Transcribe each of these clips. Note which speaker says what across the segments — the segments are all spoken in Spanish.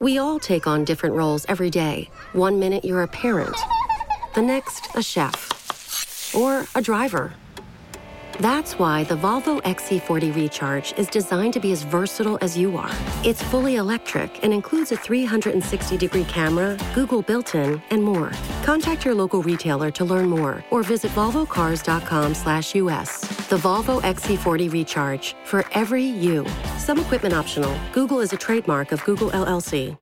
Speaker 1: We all take on different roles every day. One minute you're a parent, the next, a chef, or a driver. That's why the Volvo XC40 Recharge is designed to be as versatile as you are. It's fully electric and includes a 360 degree camera, Google built in, and more. Contact your local retailer to learn more or visit volvocars.com/slash US. The Volvo XC40 Recharge for every you. Some equipment optional. Google is a trademark of Google LLC.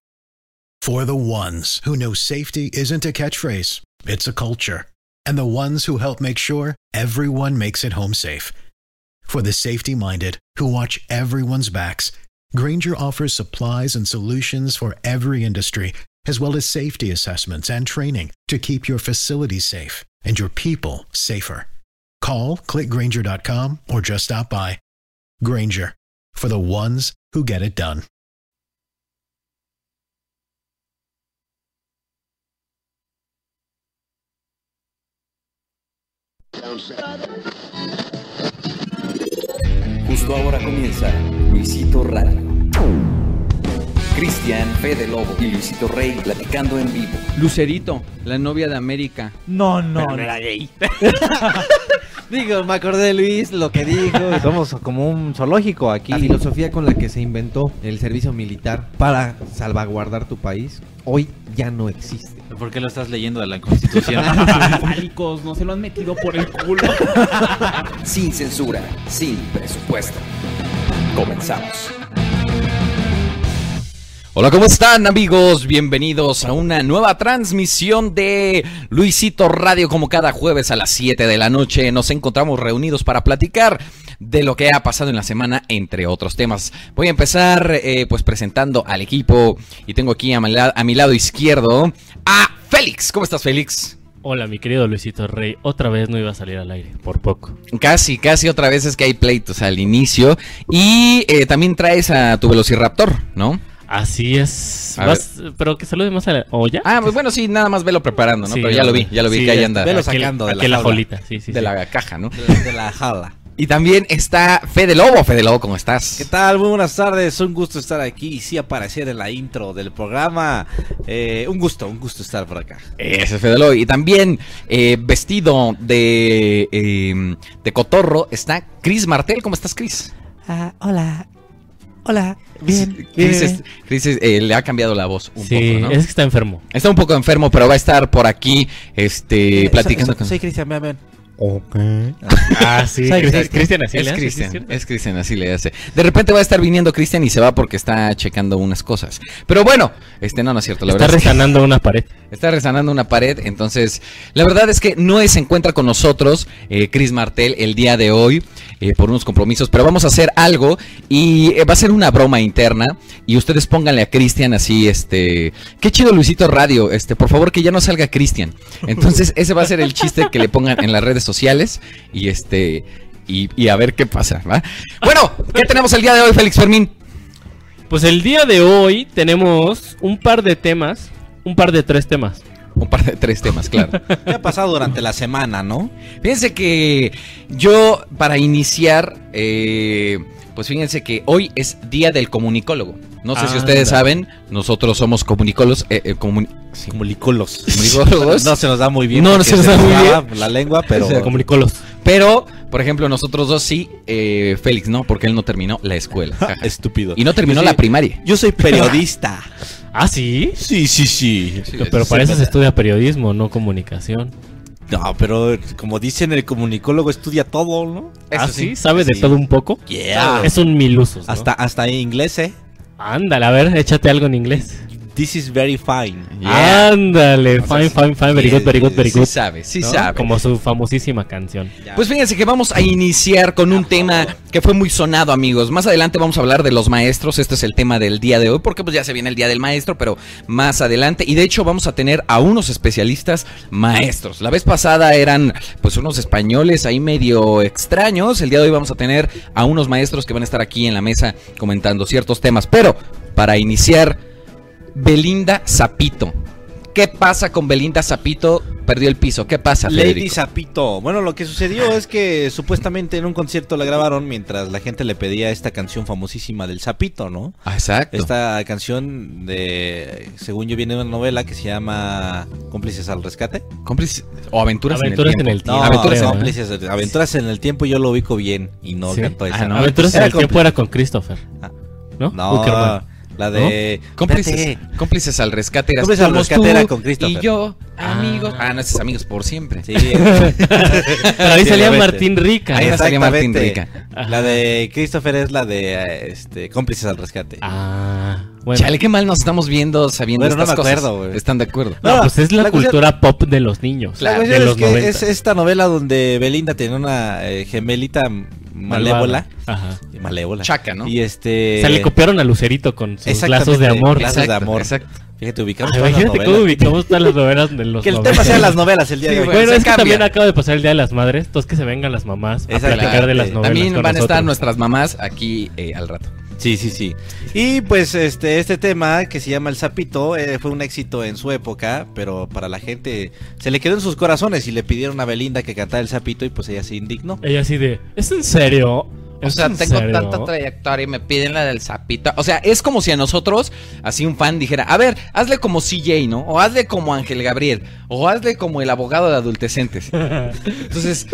Speaker 2: For the ones who know safety isn't a catchphrase, it's a culture and the ones who help make sure everyone makes it home safe. For the safety minded who watch everyone's backs, Granger offers supplies and solutions for every industry, as well as safety assessments and training to keep your facilities safe and your people safer. Call clickgranger.com or just stop by. Granger for the ones who get it done.
Speaker 3: Justo ahora comienza Luisito Radio. Cristian, Fede Lobo y Luisito Rey platicando en vivo.
Speaker 4: Lucerito, la novia de América.
Speaker 5: No, no.
Speaker 6: Pero no
Speaker 5: no.
Speaker 6: era gay.
Speaker 4: Digo, me acordé de Luis, lo que dijo.
Speaker 7: Somos como un zoológico aquí.
Speaker 8: La filosofía con la que se inventó el servicio militar para salvaguardar tu país hoy ya no existe.
Speaker 6: ¿Por qué lo estás leyendo de la Constitución?
Speaker 5: Fálicos, no se lo han metido por el culo.
Speaker 3: Sin censura, sin presupuesto. Comenzamos.
Speaker 4: Hola, ¿cómo están amigos? Bienvenidos a una nueva transmisión de Luisito Radio como cada jueves a las 7 de la noche. Nos encontramos reunidos para platicar de lo que ha pasado en la semana, entre otros temas. Voy a empezar eh, pues presentando al equipo y tengo aquí a mi, la- a mi lado izquierdo a Félix. ¿Cómo estás Félix?
Speaker 9: Hola, mi querido Luisito Rey. Otra vez no iba a salir al aire, por poco.
Speaker 4: Casi, casi otra vez es que hay pleitos al inicio. Y eh, también traes a tu Velociraptor, ¿no?
Speaker 9: Así es.
Speaker 4: A
Speaker 9: Vas- pero que salude más a la. ¿O ya?
Speaker 4: Ah, pues bueno, sí, nada más velo preparando, ¿no?
Speaker 9: Sí,
Speaker 4: Pero ya lo vi, ya lo vi
Speaker 9: sí,
Speaker 4: que ahí
Speaker 9: ya-
Speaker 4: anda.
Speaker 8: Velo
Speaker 9: Aquel-
Speaker 8: sacando de la
Speaker 9: aquel
Speaker 8: jaula.
Speaker 9: ajolita, sí, sí.
Speaker 4: de
Speaker 9: sí.
Speaker 4: la caja, ¿no?
Speaker 8: De, de la jala.
Speaker 4: Y también está Fede Lobo. Fede Lobo, ¿cómo estás?
Speaker 7: ¿Qué tal? Muy buenas tardes, un gusto estar aquí y sí aparecer en la intro del programa. Eh, un gusto, un gusto estar por acá.
Speaker 4: Ese es Fede Lobo. Y también eh, vestido de, eh, de cotorro está Cris Martel. ¿Cómo estás, Cris?
Speaker 8: hola. Hola.
Speaker 4: Cris es- Cris es- eh, le ha cambiado la voz un
Speaker 9: sí,
Speaker 4: poco, ¿no?
Speaker 9: es que está enfermo.
Speaker 4: Está un poco enfermo, pero va a estar por aquí este, platicando con...
Speaker 7: Soy Cristian, vean, vean.
Speaker 9: Ah, sí.
Speaker 7: Soy Cristian.
Speaker 9: Cristian, Cristian, así le
Speaker 4: Es
Speaker 9: hace,
Speaker 4: Cristian,
Speaker 9: sí, cierto.
Speaker 4: es Cristian, así le hace. De repente va a estar viniendo Cristian y se va porque está checando unas cosas. Pero bueno, este no, no es cierto. La
Speaker 9: Está
Speaker 4: verdad es que-
Speaker 9: resanando una pared.
Speaker 4: Está resanando una pared, entonces la verdad es que no se encuentra con nosotros eh, Chris Martel el día de hoy eh, por unos compromisos, pero vamos a hacer algo y eh, va a ser una broma interna y ustedes pónganle a Cristian así, este, qué chido Luisito Radio, este, por favor que ya no salga Cristian. Entonces ese va a ser el chiste que le pongan en las redes sociales y este, y, y a ver qué pasa, ¿va? Bueno, ¿qué tenemos el día de hoy, Félix Fermín?
Speaker 9: Pues el día de hoy tenemos un par de temas. Un par de tres temas.
Speaker 4: Un par de tres temas, claro.
Speaker 7: ¿Qué ha pasado durante la semana, no?
Speaker 4: Fíjense que yo, para iniciar, eh, pues fíjense que hoy es Día del Comunicólogo. No sé si
Speaker 9: Ah,
Speaker 4: ustedes
Speaker 9: anda.
Speaker 4: saben, nosotros somos comunicólogos. eh, eh, comuni- sí,
Speaker 7: Comunicólogos.
Speaker 4: comunicólogos.
Speaker 7: No se nos da muy bien.
Speaker 4: No, no
Speaker 7: porque
Speaker 4: se nos da muy
Speaker 7: traba La lengua, pero.
Speaker 9: Se comunicó los.
Speaker 4: Pero, por ejemplo, nosotros dos sí, eh, Félix no, porque él no terminó la escuela. Jaja.
Speaker 7: Estúpido.
Speaker 4: y no terminó
Speaker 7: Yo soy-
Speaker 4: la primaria.
Speaker 7: Yo soy periodista.
Speaker 9: Ah, sí.
Speaker 7: sí, sí, sí.
Speaker 9: Pero para eso se estudia periodismo, no comunicación.
Speaker 7: No, pero como dicen, el comunicólogo estudia todo, ¿no?
Speaker 4: Eso
Speaker 9: ah,
Speaker 4: sí.
Speaker 9: sí. ¿Sabe de
Speaker 7: Sí.
Speaker 9: todo un poco?
Speaker 7: Yeah.
Speaker 9: Es un milusos. ¿no?
Speaker 7: Hasta, hasta en inglés, ¿eh?
Speaker 9: Ándale, a ver, échate algo en inglés.
Speaker 7: This is very fine.
Speaker 4: Yeah.
Speaker 9: Ándale,
Speaker 4: sea,
Speaker 9: fine, fine, fine, very good, very good, very
Speaker 4: Sí
Speaker 9: good.
Speaker 4: sabe, sí
Speaker 9: ¿no?
Speaker 4: sabe.
Speaker 9: Como su famosísima canción.
Speaker 4: Pues fíjense que vamos a iniciar con un tema que fue muy sonado, amigos. Más adelante vamos a hablar de los maestros. Este es el tema del día de hoy, porque pues ya se viene el día del maestro, pero más adelante. Y de hecho vamos a tener a unos especialistas maestros. La vez pasada eran pues unos españoles ahí medio extraños. El día de hoy vamos a tener a unos maestros que van a estar aquí en la mesa comentando ciertos temas. Pero para iniciar, Belinda Zapito. ¿Qué pasa con Belinda Zapito perdió el piso. ¿Qué pasa,
Speaker 7: Lady
Speaker 4: Federico?
Speaker 7: Zapito. Bueno, lo que sucedió es que supuestamente en un concierto la grabaron mientras la gente le pedía esta canción famosísima del Zapito, ¿no?
Speaker 4: Ah, exacto.
Speaker 7: Esta canción de, según yo, viene de una novela que se llama Cómplices al Rescate.
Speaker 4: Cómplices- O aventuras,
Speaker 9: Aventuras
Speaker 4: en el tiempo.
Speaker 9: en el
Speaker 7: No,
Speaker 9: tiempo.
Speaker 7: Aventuras,
Speaker 9: creo,
Speaker 7: en
Speaker 9: ¿eh?
Speaker 7: Cómplices del- Aventuras en el Tiempo yo lo ubico bien y no
Speaker 9: Sí.
Speaker 7: cantó esa.
Speaker 4: Ah, no.
Speaker 9: Aventuras en
Speaker 7: Era
Speaker 9: el tiempo era con Christopher.
Speaker 7: Ah.
Speaker 9: ¿No?
Speaker 7: No,
Speaker 9: Buckerman.
Speaker 7: la de...
Speaker 4: Cómplices,
Speaker 7: Espérate.
Speaker 4: cómplices al rescate. eras
Speaker 7: Cómplices al
Speaker 4: tú,
Speaker 7: rescate era con
Speaker 4: Y
Speaker 7: Christopher.
Speaker 4: yo, amigos. Ah, no, ese es amigos por siempre.
Speaker 7: Sí, es-
Speaker 9: Pero ahí
Speaker 7: Sí,
Speaker 9: salía
Speaker 7: la vete.
Speaker 9: Martín Rica. ¿eh?
Speaker 4: Ahí salía Martín
Speaker 7: Exactamente.
Speaker 4: Rica.
Speaker 7: La de Christopher es la de eh, este, Cómplices al Rescate.
Speaker 9: Ah, bueno.
Speaker 4: Chale, qué mal nos estamos viendo sabiendo
Speaker 7: Bueno, no
Speaker 4: estas
Speaker 7: me
Speaker 4: cosas.
Speaker 7: acuerdo, güey.
Speaker 4: Están de acuerdo.
Speaker 9: No, pues es la,
Speaker 7: la cuestión-
Speaker 9: cultura pop de los niños.
Speaker 7: La
Speaker 9: de
Speaker 7: cuestión es
Speaker 9: los
Speaker 7: que
Speaker 9: 90.
Speaker 7: es eh, esta novela donde Belinda tiene una eh, gemelita m- malévola.
Speaker 9: Ajá.
Speaker 7: Malévola.
Speaker 4: Chaca, ¿no?
Speaker 7: Y este.
Speaker 9: O sea, le copiaron a Lucerito con sus
Speaker 7: Exactamente,
Speaker 9: lazos de amor.
Speaker 7: lazos de amor.
Speaker 4: Exacto.
Speaker 7: Fíjate,
Speaker 9: Ah,
Speaker 7: ubicamos todas las
Speaker 9: imagínate cómo
Speaker 7: novelas.
Speaker 9: ubicamos todas las novelas de los
Speaker 7: Que el
Speaker 9: 90.
Speaker 7: tema sean las novelas el día
Speaker 4: Sí,
Speaker 7: de hoy.
Speaker 4: güey.
Speaker 9: Bueno,
Speaker 4: se
Speaker 9: es que
Speaker 4: cambia.
Speaker 9: también acaba de pasar el Día de las Madres. Entonces que se vengan las mamás a
Speaker 7: Exactamente.
Speaker 9: platicar de las novelas
Speaker 4: También
Speaker 9: con
Speaker 4: van a estar
Speaker 9: nosotros.
Speaker 4: nuestras mamás aquí eh, al rato.
Speaker 7: Sí, sí, sí. Y pues este, este tema que se llama El Sapito eh, fue un éxito en su época, pero para la gente se le quedó en sus corazones y le pidieron a Belinda que cantara El Sapito y pues ella se indignó.
Speaker 9: Ella así de, ¿es en serio?
Speaker 4: O
Speaker 9: ¿Es
Speaker 4: sea,
Speaker 9: en
Speaker 4: tengo
Speaker 9: serio?"
Speaker 4: tanta trayectoria y me piden la del sapito. O sea, es como si a nosotros, así un fan dijera, a ver, hazle como CJ, ¿no? O hazle como Ángel Gabriel. O hazle como el abogado de adolescentes. Entonces,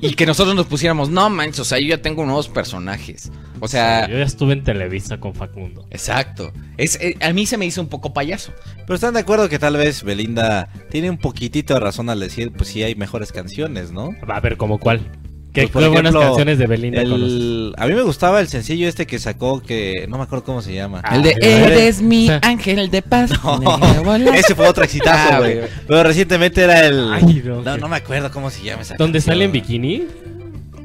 Speaker 4: y que nosotros nos pusiéramos, no manches, o sea, yo ya tengo nuevos personajes. O sea,
Speaker 9: Yo ya estuve en Televisa con Facundo.
Speaker 4: exacto. Es, eh, a mí se me hizo un poco payaso.
Speaker 7: Pero están de acuerdo que tal vez Belinda tiene un poquitito de razón al decir, pues sí hay mejores canciones, ¿no?
Speaker 9: Va a ver, ¿como cuál? Que
Speaker 7: Pues, por
Speaker 9: buenas
Speaker 7: ejemplo,
Speaker 9: canciones de Belinda
Speaker 7: El-
Speaker 9: conoces.
Speaker 7: A mí me gustaba el sencillo este que sacó que no me acuerdo cómo se llama.
Speaker 9: Ah,
Speaker 4: el de,
Speaker 9: ya.
Speaker 4: eres mi
Speaker 9: O sea,
Speaker 4: ángel de paz.
Speaker 7: No, ese fue otro exitazo,
Speaker 4: Ah,
Speaker 7: güey.
Speaker 4: güey.
Speaker 7: Pero recientemente era el.
Speaker 9: Ay, no,
Speaker 7: no,
Speaker 9: ok.
Speaker 7: no me acuerdo cómo se llama esa.
Speaker 9: ¿Dónde
Speaker 7: canción.
Speaker 9: sale en bikini?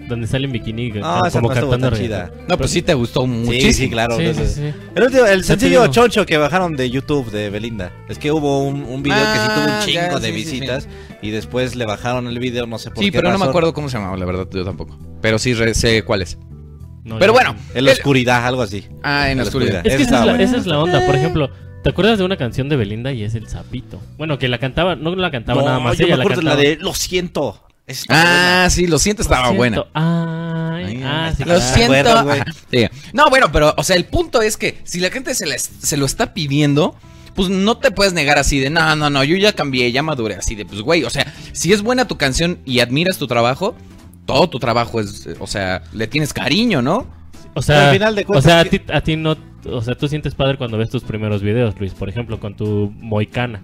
Speaker 9: ¿Dónde sale en bikini?
Speaker 7: No, Ah, esa
Speaker 9: como
Speaker 7: no estuvo tan
Speaker 9: cantando reggaetón.
Speaker 7: chida.
Speaker 4: No, pues sí te gustó muchísimo.
Speaker 7: Sí, sí, claro.
Speaker 9: Sí, sí,
Speaker 7: entonces-
Speaker 9: sí.
Speaker 7: El, último- el sencillo
Speaker 9: digo.
Speaker 7: choncho que bajaron de YouTube de Belinda. Es que hubo un, un video que sí tuvo
Speaker 4: Ah,
Speaker 7: un chingo
Speaker 4: ya,
Speaker 7: de
Speaker 4: sí, sí, sí.
Speaker 7: visitas y después le bajaron el video, no sé por
Speaker 4: Sí,
Speaker 7: qué.
Speaker 4: pero no me
Speaker 7: razón.
Speaker 4: acuerdo cómo se llamaba, la verdad, yo tampoco. Pero sí re- sé cuál es.
Speaker 9: No,
Speaker 4: Pero
Speaker 9: ya.
Speaker 4: bueno.
Speaker 7: En la
Speaker 4: el-
Speaker 7: oscuridad, algo así.
Speaker 4: Ah, en la oscuridad.
Speaker 9: Es
Speaker 7: Esa
Speaker 9: que esa es, la,
Speaker 7: buena.
Speaker 9: esa es la onda. Por ejemplo, ¿te acuerdas de una canción de Belinda y es el sapito? Bueno, que la cantaba, no la cantaba
Speaker 7: No,
Speaker 9: nada más.
Speaker 7: yo
Speaker 9: ella
Speaker 7: me
Speaker 9: la
Speaker 7: acuerdo de
Speaker 9: cantaba.
Speaker 7: la de Lo siento. Esa está buena.
Speaker 4: Ah, sí, lo siento, estaba
Speaker 9: Lo
Speaker 4: buena.
Speaker 9: siento. Ay,
Speaker 4: Ay,
Speaker 9: ah, sí,
Speaker 4: lo
Speaker 9: claro.
Speaker 4: siento.
Speaker 7: Acuerdo, güey.
Speaker 4: Ajá, sí. No, bueno, pero, o sea, el punto es que si la gente se, la es- se lo está pidiendo, pues no te puedes negar así de, no, no, no, yo ya cambié, ya maduré, así de, pues, güey, o sea, si es buena tu canción y admiras tu trabajo, todo tu trabajo es, eh, o sea, le tienes cariño, ¿no?
Speaker 9: O sea,
Speaker 7: Al final de cuentas,
Speaker 9: o sea a,
Speaker 7: que-
Speaker 9: ti, a ti no. O sea, tú sientes padre cuando ves tus primeros videos, Luis. Por ejemplo, con tu moicana.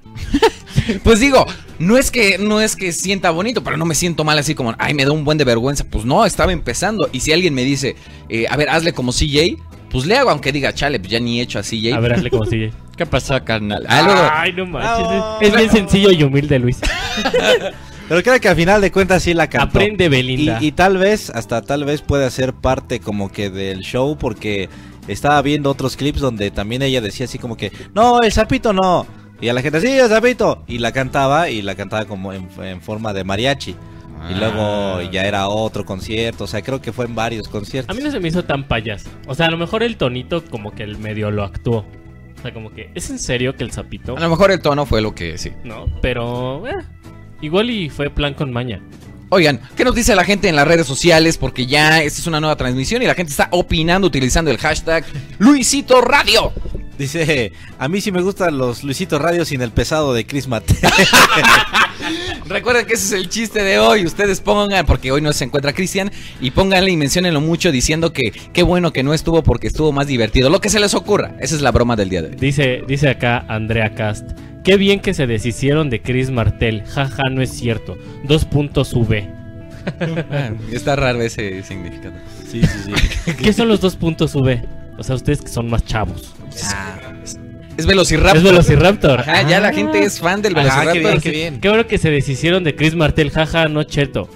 Speaker 4: Pues digo, no es que no es que sienta bonito, pero no me siento mal así como, ay, me da un buen de vergüenza. Pues no, estaba empezando. Y si alguien me dice, eh, a ver, hazle como CJ, pues le hago, aunque diga, chale, pues ya ni he hecho a Ah, CJ.
Speaker 9: A ver, hazle como sigue.
Speaker 4: ¿qué pasó, carnal?
Speaker 9: Ay, no manches. es, es bien sencillo y humilde, Luis.
Speaker 7: Pero creo que al final de cuentas sí la cantó.
Speaker 9: Aprende,
Speaker 7: Y,
Speaker 9: Belinda.
Speaker 7: y tal vez, hasta tal vez pueda ser parte como que del show, porque estaba viendo otros clips donde también ella decía así como que, no, el sapito no. Y a la gente, sí, el sapito. Y la cantaba, y la cantaba como en, en forma de mariachi. Y luego ya era otro concierto, o sea, creo que fue en varios
Speaker 9: A
Speaker 7: conciertos.
Speaker 9: mí no se me hizo tan payaso. O sea, a lo mejor el tonito, como que el medio lo actuó. O sea, como que, ¿es en serio que el sapito?
Speaker 4: A lo mejor el tono fue lo que sí.
Speaker 9: No, pero eh, igual y fue plan con maña.
Speaker 4: Oigan, ¿qué nos dice la gente en las redes sociales? Porque ya esta es una nueva transmisión y la gente está opinando utilizando el hashtag Luisito Radio.
Speaker 7: Dice, a mí sí me gustan los Luisito Radio sin el pesado de Chris Mateo.
Speaker 4: Recuerden que ese es el chiste de hoy. Ustedes pongan, porque hoy no se encuentra Cristian, y pónganle y menciónenlo mucho diciendo que qué bueno que no estuvo porque estuvo más divertido. Lo que se les ocurra. Esa es la broma del día de hoy.
Speaker 9: Dice, dice acá Andrea Cast. Qué bien que se deshicieron de Chris Martel. Jaja, no es cierto. Dos puntos V.
Speaker 7: Ah.
Speaker 4: Está raro ese significado.
Speaker 7: Sí, sí, sí.
Speaker 9: ¿Qué son los dos puntos V? O sea, ustedes que son más chavos.
Speaker 7: Ah.
Speaker 4: Es Velociraptor.
Speaker 9: Es Velociraptor.
Speaker 4: Ajá, ya la gente es fan del
Speaker 7: Ah,
Speaker 4: Velociraptor.
Speaker 7: qué bien, qué bien.
Speaker 9: Qué bueno que se deshicieron de Chris Martel. Jaja, no cheto.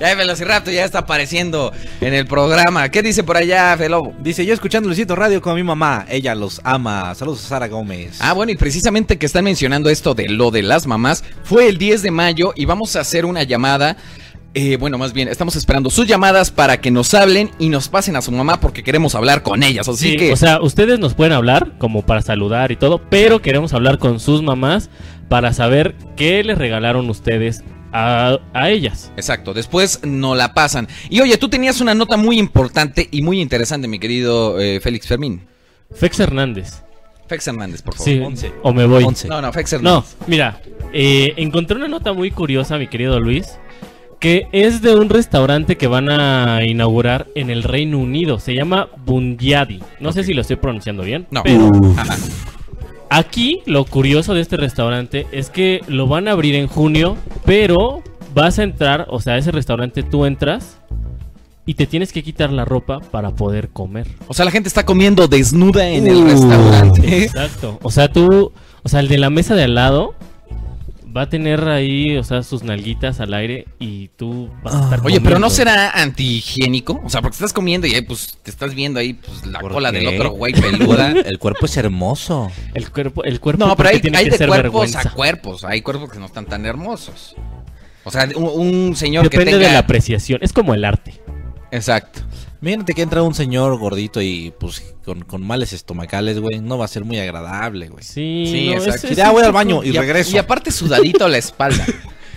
Speaker 4: Ya el Velociraptor ya está apareciendo en el programa. ¿Qué dice por allá, Felobo?
Speaker 7: Dice, yo escuchando Luisito Radio con mi mamá, ella los ama. Saludos a Sara Gómez.
Speaker 4: Ah, bueno, y precisamente que están mencionando esto de lo de las mamás, fue el 10 de mayo y vamos a hacer una llamada Eh, bueno, más bien, estamos esperando sus llamadas para que nos hablen y nos pasen a su mamá porque queremos hablar con ellas. Así
Speaker 9: Sí,
Speaker 4: que.
Speaker 9: o sea, ustedes nos pueden hablar como para saludar y todo, pero queremos hablar con sus mamás para saber qué les regalaron ustedes a, a ellas.
Speaker 4: Exacto, después no la pasan. Y oye, tú tenías una nota muy importante y muy interesante, mi querido eh, Félix Fermín.
Speaker 9: Fex Hernández.
Speaker 4: Fex Hernández, por favor.
Speaker 9: Sí,
Speaker 7: once.
Speaker 9: o me voy.
Speaker 7: Once.
Speaker 4: No, no, Fex
Speaker 9: No,
Speaker 4: Hernández.
Speaker 9: mira, eh, encontré una nota muy curiosa, mi querido Luis, que es de un restaurante que van a inaugurar en el Reino Unido. Se llama Bundiadi. No sé si lo estoy pronunciando bien.
Speaker 4: No. Uh.
Speaker 9: pero
Speaker 4: Ajá.
Speaker 9: Aquí lo curioso de este restaurante es que lo van a abrir en junio, pero vas a entrar, o sea, a ese restaurante tú entras y te tienes que quitar la ropa para poder comer.
Speaker 4: O sea, la gente está comiendo desnuda en
Speaker 9: Uh.
Speaker 4: el restaurante.
Speaker 9: Exacto. O sea, tú, o sea, el de la mesa de al lado va a tener ahí, o sea, sus nalguitas al aire y tú vas a estar
Speaker 4: Oye, pero
Speaker 9: comiendo.
Speaker 4: ¿no será antihigiénico? O sea, porque estás comiendo y ahí, pues te estás viendo ahí pues, la
Speaker 7: ¿Por
Speaker 4: cola
Speaker 7: qué?
Speaker 4: del otro güey peluda.
Speaker 7: El cuerpo es hermoso.
Speaker 9: el cuerpo, el cuerpo
Speaker 4: No, pero
Speaker 9: porque
Speaker 4: hay,
Speaker 9: tiene
Speaker 4: hay
Speaker 9: que
Speaker 4: de
Speaker 9: ser
Speaker 4: cuerpos
Speaker 9: vergüenza.
Speaker 4: a cuerpos. Hay cuerpos que no están tan hermosos. O sea, un, un señor
Speaker 9: Depende
Speaker 4: que tenga...
Speaker 9: de la apreciación, es como el arte.
Speaker 4: Exacto.
Speaker 7: Mírate que entra un señor gordito y pues con, con males estomacales, güey. No va a ser muy agradable, güey.
Speaker 9: Sí,
Speaker 4: Pues, Sí,
Speaker 9: no, es-
Speaker 4: exacto.
Speaker 9: es
Speaker 7: Ya
Speaker 9: un
Speaker 7: voy al
Speaker 9: poco-
Speaker 7: baño y
Speaker 4: a-
Speaker 7: regreso.
Speaker 4: Y aparte sudadito la espalda.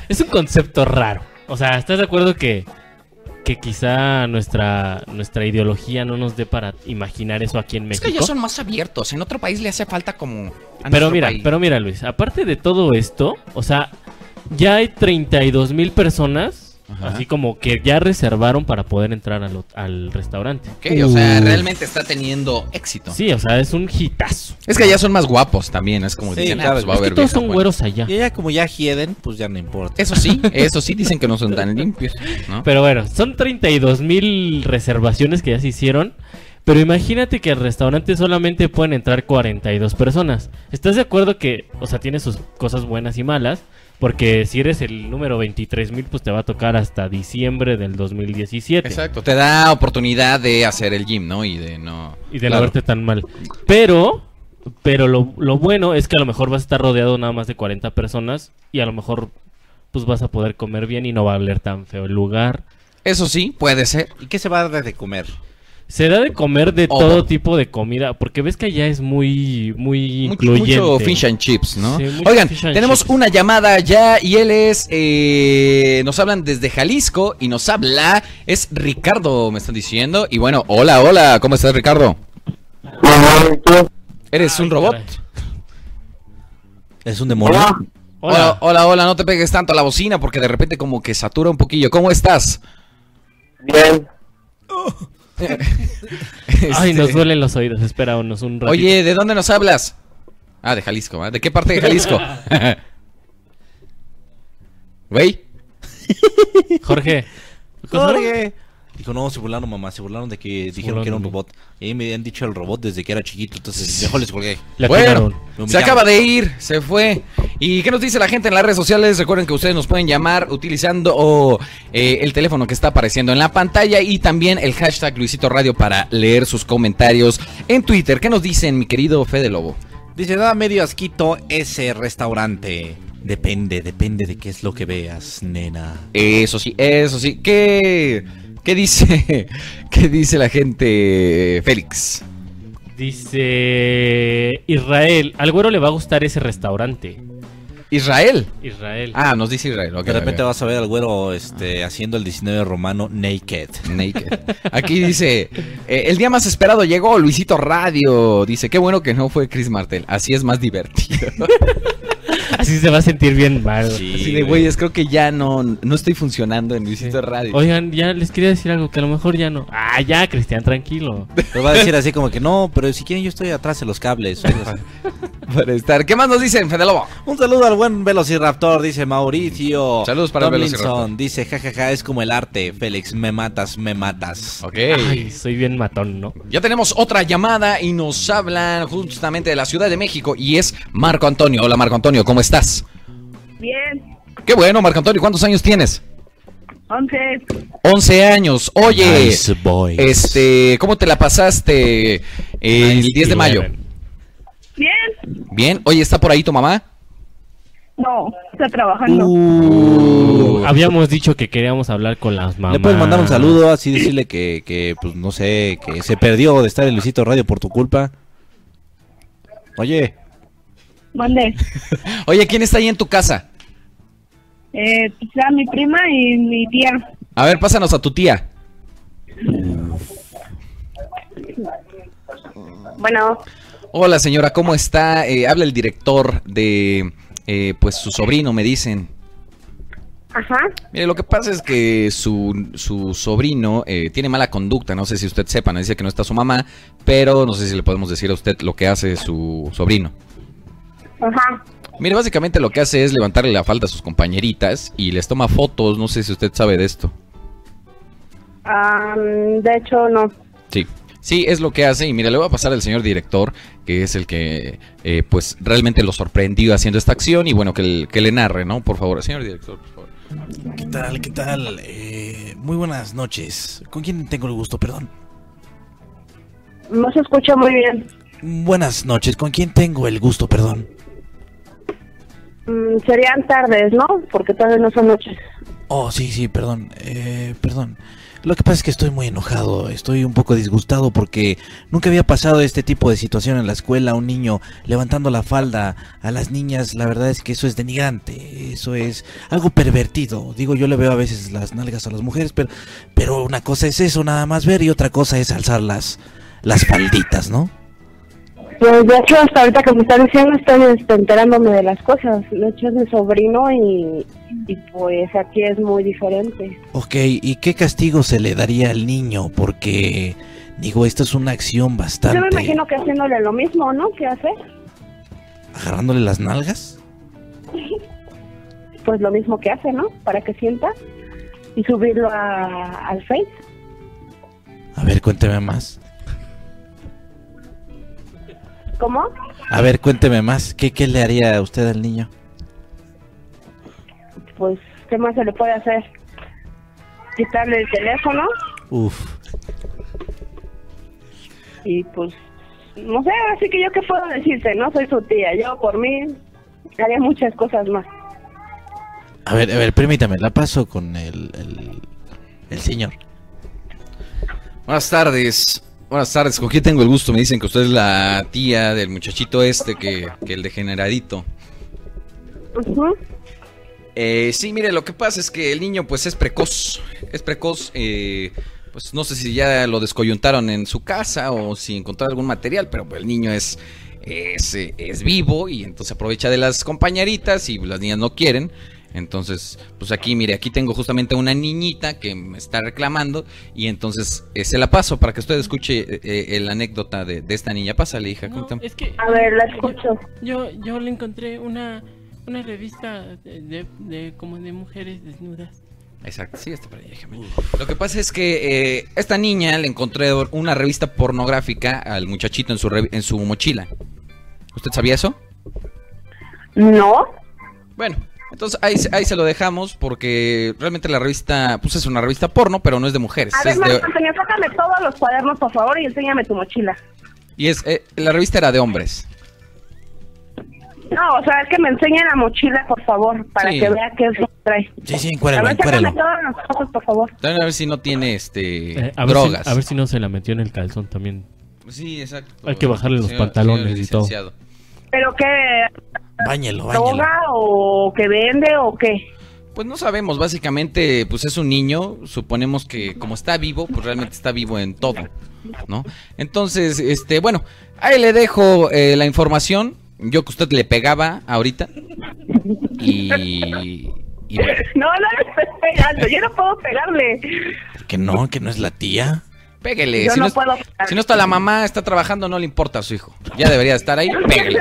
Speaker 9: Es un concepto raro. O sea, ¿estás de acuerdo que, que quizá nuestra, nuestra ideología no nos dé para imaginar eso aquí en
Speaker 4: es
Speaker 9: México?
Speaker 4: que ellos son más abiertos. En otro país le hace falta como... a
Speaker 9: Pero
Speaker 4: nuestro
Speaker 9: mira,
Speaker 4: país.
Speaker 9: pero mira, Luis, aparte de todo esto, o sea, ya hay 32 mil personas,
Speaker 4: Ajá.
Speaker 9: así como que ya reservaron para poder entrar al, hot- al restaurante.
Speaker 4: Ok, o sea,
Speaker 9: Uh.
Speaker 4: realmente está teniendo éxito.
Speaker 9: Sí, o sea, es un hitazo.
Speaker 4: Es que allá son más guapos también. Es como
Speaker 7: Sí,
Speaker 4: dicen, ah,
Speaker 7: claro.
Speaker 4: pues va a
Speaker 9: Es que
Speaker 4: haber
Speaker 9: todos
Speaker 4: vieja
Speaker 9: son
Speaker 4: buena.
Speaker 9: güeros allá.
Speaker 7: Y ella como ya hieden, pues ya no importa.
Speaker 4: Eso sí, eso sí, dicen que no son tan limpios, ¿no?
Speaker 9: Pero bueno, son 32 mil reservaciones que ya se hicieron. Pero imagínate que al restaurante solamente pueden entrar 42 personas. ¿Estás de acuerdo que, o sea, tiene sus cosas buenas y malas? Porque si eres el número 23 mil, pues te va a tocar hasta diciembre del 2017.
Speaker 4: Exacto, te da oportunidad de hacer el gym, ¿no? Y de no...
Speaker 9: Y de no
Speaker 4: Claro.
Speaker 9: verte tan mal. Pero, pero lo, lo bueno es que a lo mejor vas a estar rodeado nada más de 40 personas. Y a lo mejor, pues vas a poder comer bien y no va a oler tan feo el lugar.
Speaker 4: Eso sí, puede ser.
Speaker 7: ¿Y qué se va a dar de comer?
Speaker 9: Se da de comer de
Speaker 4: Ojo.
Speaker 9: todo tipo de comida, porque ves que allá es muy, muy
Speaker 4: Mucho-
Speaker 9: incluyente.
Speaker 4: Mucho fish and chips, ¿no?
Speaker 9: Sí, mucho
Speaker 4: Oigan,
Speaker 9: fish and
Speaker 4: tenemos
Speaker 9: chips.
Speaker 4: una llamada ya y él es. eh, nos hablan desde Jalisco y nos habla. Es Ricardo, me están diciendo. Y bueno, hola, hola, ¿cómo estás, Ricardo? ¿Eres
Speaker 9: Ay,
Speaker 4: un robot?
Speaker 9: caray.
Speaker 7: ¿Es un demonio?
Speaker 4: Hola.
Speaker 9: Hola.
Speaker 4: hola, hola, no te pegues tanto a la bocina porque de repente como que satura un poquillo. ¿Cómo estás?
Speaker 10: Bien,
Speaker 9: Ay,
Speaker 4: Este,
Speaker 9: nos duelen los oídos, espera unos un ratito.
Speaker 4: Oye, ¿de dónde nos hablas? Ah, de Jalisco, ¿ah? ¿De qué parte de Jalisco? Güey.
Speaker 9: Jorge.
Speaker 4: Pues,
Speaker 7: Jorge. Dijo, no, se burlaron, mamá. Se burlaron de que dijeron
Speaker 9: burlaron
Speaker 7: que era un
Speaker 9: de mí.
Speaker 7: robot. Y a mí me habían dicho el robot desde que era chiquito. Entonces, mejor les colgué.
Speaker 9: Le
Speaker 4: Bueno,
Speaker 9: atinaron.
Speaker 7: Me
Speaker 4: se
Speaker 7: humillaron.
Speaker 4: acaba de ir, se fue. ¿Y qué nos dice la gente en las redes sociales? Recuerden que ustedes nos pueden llamar utilizando oh, eh, el teléfono que está apareciendo en la pantalla y también el hashtag Luisito Radio para leer sus comentarios en Twitter. ¿Qué nos dicen, mi querido Fede Lobo?
Speaker 7: Dice, da medio asquito ese restaurante. Depende, depende de qué es lo que veas, nena.
Speaker 4: Eso sí, eso sí. ¿Qué, qué dice? ¿Qué dice la gente, Félix?
Speaker 9: Dice Israel, al güero le va a gustar ese restaurante.
Speaker 4: Israel.
Speaker 9: Israel.
Speaker 4: Ah, nos dice Israel. ok,
Speaker 7: De repente
Speaker 4: ok.
Speaker 7: vas a ver al güero este, haciendo el 19 romano naked.
Speaker 4: Naked. Aquí dice, eh, el día más esperado llegó Luisito Radio. Dice, qué bueno que no fue Chris Martel. Así es más divertido.
Speaker 9: Así se va a sentir bien mal.
Speaker 7: Sí.
Speaker 4: Así de, güeyes, creo que ya no, no estoy funcionando en Luisito Radio.
Speaker 9: Oigan, ya les quería decir algo que a lo mejor ya no. Ah, ya, Cristian, tranquilo.
Speaker 7: Pero va a decir así como que, no, pero si quieren yo estoy atrás de los cables.
Speaker 4: Para estar. ¿Qué más nos dicen, Fede Lobo?
Speaker 7: Un saludo al buen Velociraptor, dice Mauricio.
Speaker 4: Saludos para el
Speaker 7: Tomlinson,
Speaker 4: Velociraptor.
Speaker 7: Dice, jajaja, es como el arte. Félix, me matas, me matas.
Speaker 4: Ok.
Speaker 9: Ay, soy bien matón, ¿no?
Speaker 7: Pues,
Speaker 4: Ya tenemos otra llamada y nos hablan justamente de la Ciudad de México y es Marco Antonio. Hola Marco Antonio, ¿cómo estás?
Speaker 10: bien,
Speaker 4: Qué bueno, Marco Antonio, ¿cuántos años tienes?
Speaker 10: once,
Speaker 4: 11 años. Oye,
Speaker 7: Nice boy.
Speaker 4: este, ¿cómo te la pasaste eh, el 10 de mayo?
Speaker 10: bien,
Speaker 4: Bien, oye, ¿está por ahí tu mamá?
Speaker 10: No, está trabajando.
Speaker 11: Uh.
Speaker 9: Habíamos dicho que queríamos hablar con las mamás.
Speaker 7: Le puedes mandar
Speaker 11: Ah.
Speaker 7: un saludo, así decirle que, que, pues no sé, que se perdió de estar en Luisito Radio por tu culpa. Oye,
Speaker 10: Mande.
Speaker 4: Oye, ¿quién está ahí en tu casa?
Speaker 10: Eh, pues, a mi prima y mi tía.
Speaker 4: A ver, pásanos a tu tía.
Speaker 10: Bueno,
Speaker 4: Hola, señora, ¿cómo está? Eh, habla el director de, eh, pues, su sobrino, me dicen.
Speaker 10: ajá.
Speaker 4: Mire, lo que pasa es que su, su sobrino eh, tiene mala conducta, no sé si usted sepa, nos dice que no está su mamá, pero no sé si le podemos decir a usted lo que hace su sobrino.
Speaker 10: Ajá.
Speaker 4: Mire, básicamente lo que hace es levantarle la falda a sus compañeritas y les toma fotos, no sé si usted sabe de esto.
Speaker 10: Ah, de hecho, no.
Speaker 4: Sí. Sí, es lo que hace. Y mira, le voy a pasar al señor director, que es el que, eh, pues, realmente lo sorprendió haciendo esta acción. Y bueno, que, el- que le narre, ¿no? Por favor, señor director, por favor.
Speaker 11: ¿Qué tal? ¿Qué tal? Eh, muy buenas noches. ¿Con quién tengo el gusto? Perdón.
Speaker 10: No se escucha muy bien.
Speaker 11: Buenas noches. ¿Con quién tengo el gusto? Perdón.
Speaker 10: Mm, serían tardes, ¿no? Porque todavía no son noches.
Speaker 11: Oh, sí, sí, perdón. Eh, perdón. Lo que pasa es que estoy muy enojado. Estoy un poco disgustado porque nunca había pasado este tipo de situación en la escuela. Un niño levantando la falda a las niñas. La verdad es que eso es denigrante. Eso es algo pervertido. Digo, yo le veo a veces las nalgas a las mujeres, pero, pero una cosa es eso, nada más ver, y otra cosa es alzar las, las falditas, ¿no?
Speaker 10: Pues de hecho, hasta ahorita que me están diciendo, estoy este, enterándome de las cosas. De hecho, es mi sobrino y, y pues aquí es muy diferente.
Speaker 11: Ok, ¿y qué castigo se le daría al niño? Porque, digo, esta es una acción
Speaker 10: Yo me
Speaker 11: bastante...
Speaker 10: imagino que haciéndole lo mismo, ¿no? ¿Qué hace?
Speaker 11: ¿Agarrándole las nalgas?
Speaker 10: Pues lo mismo que hace, ¿no? Para que sienta y subirlo a- al Face.
Speaker 11: A ver, cuénteme más.
Speaker 10: ¿Cómo?
Speaker 11: A ver, cuénteme más. ¿Qué, qué le haría usted al niño?
Speaker 10: Pues, ¿qué más se le puede hacer? Quitarle el teléfono
Speaker 11: Uf.
Speaker 10: y pues, no sé, así que yo qué puedo decirte, ¿no? Soy su tía. Yo por mí haría muchas cosas más.
Speaker 11: A ver, a ver, permítame, la paso con el, el, el señor.
Speaker 4: Buenas tardes. Buenas tardes. ¿Con quién tengo el gusto? Me dicen que usted es la tía del muchachito este, que, que el degeneradito.
Speaker 10: Ujú.
Speaker 4: Eh, sí, mire, lo que pasa es que el niño, pues, es precoz. Es precoz. eh, pues, no sé si ya lo descoyuntaron en su casa o si encontraron algún material, pero pues, el niño es, es, eh, es vivo y entonces aprovecha de las compañeritas y las niñas no quieren. Entonces, pues aquí, mire, aquí tengo justamente una niñita que me está reclamando y entonces eh, se la paso para que usted escuche eh, eh, la anécdota de, de esta niña. Pásale, hija. ¿cómo te-
Speaker 10: A ver, la escucho.
Speaker 12: Yo, yo le encontré una, una revista de, de- de- como de mujeres desnudas.
Speaker 4: Exacto, sí, está para allá, déjame. Lo que pasa es que eh, esta niña le encontré una revista pornográfica al muchachito en su, revi- en su mochila. ¿Usted sabía eso?
Speaker 10: No.
Speaker 4: Bueno, entonces ahí, se- ahí se lo dejamos porque realmente la revista, pues es una revista porno, pero no es de mujeres.
Speaker 10: A
Speaker 4: Este es
Speaker 10: ver,
Speaker 4: de-
Speaker 10: Marco Antonio, sácame todos los cuadernos, por favor, y enséñame tu mochila.
Speaker 4: y es, eh, la revista era de hombres.
Speaker 10: No, o sea, es que me enseñe la mochila, por favor, para
Speaker 4: Sí.
Speaker 10: que vea qué es lo que trae.
Speaker 11: Sí, sí,
Speaker 10: A ver, sácame todas las cosas, por favor.
Speaker 4: A ver si no tiene este
Speaker 9: Eh, a, ver
Speaker 4: drogas.
Speaker 9: si, a ver si no se la metió en el calzón también.
Speaker 4: Sí, exacto.
Speaker 9: Hay que bajarle los
Speaker 4: Señor-
Speaker 9: pantalones
Speaker 4: señor
Speaker 9: y todo.
Speaker 4: licenciado.
Speaker 10: ¿Pero qué?
Speaker 11: Báñelo,
Speaker 10: ¿Droga o que vende o qué?
Speaker 4: Pues no sabemos, básicamente, pues es un niño, suponemos que como está vivo, pues realmente está vivo en todo, ¿no? Entonces, este, bueno, ahí le dejo eh, la información, yo que usted le pegaba ahorita, y... y bueno,
Speaker 10: No, no le estoy pegando, yo no puedo pegarle.
Speaker 11: Que no, que no es la tía.
Speaker 4: pégale,
Speaker 10: Yo
Speaker 4: si
Speaker 10: no
Speaker 4: no, es-
Speaker 10: puedo
Speaker 4: si no está la mamá, está trabajando, no le importa a su hijo, ya debería estar ahí, pégale.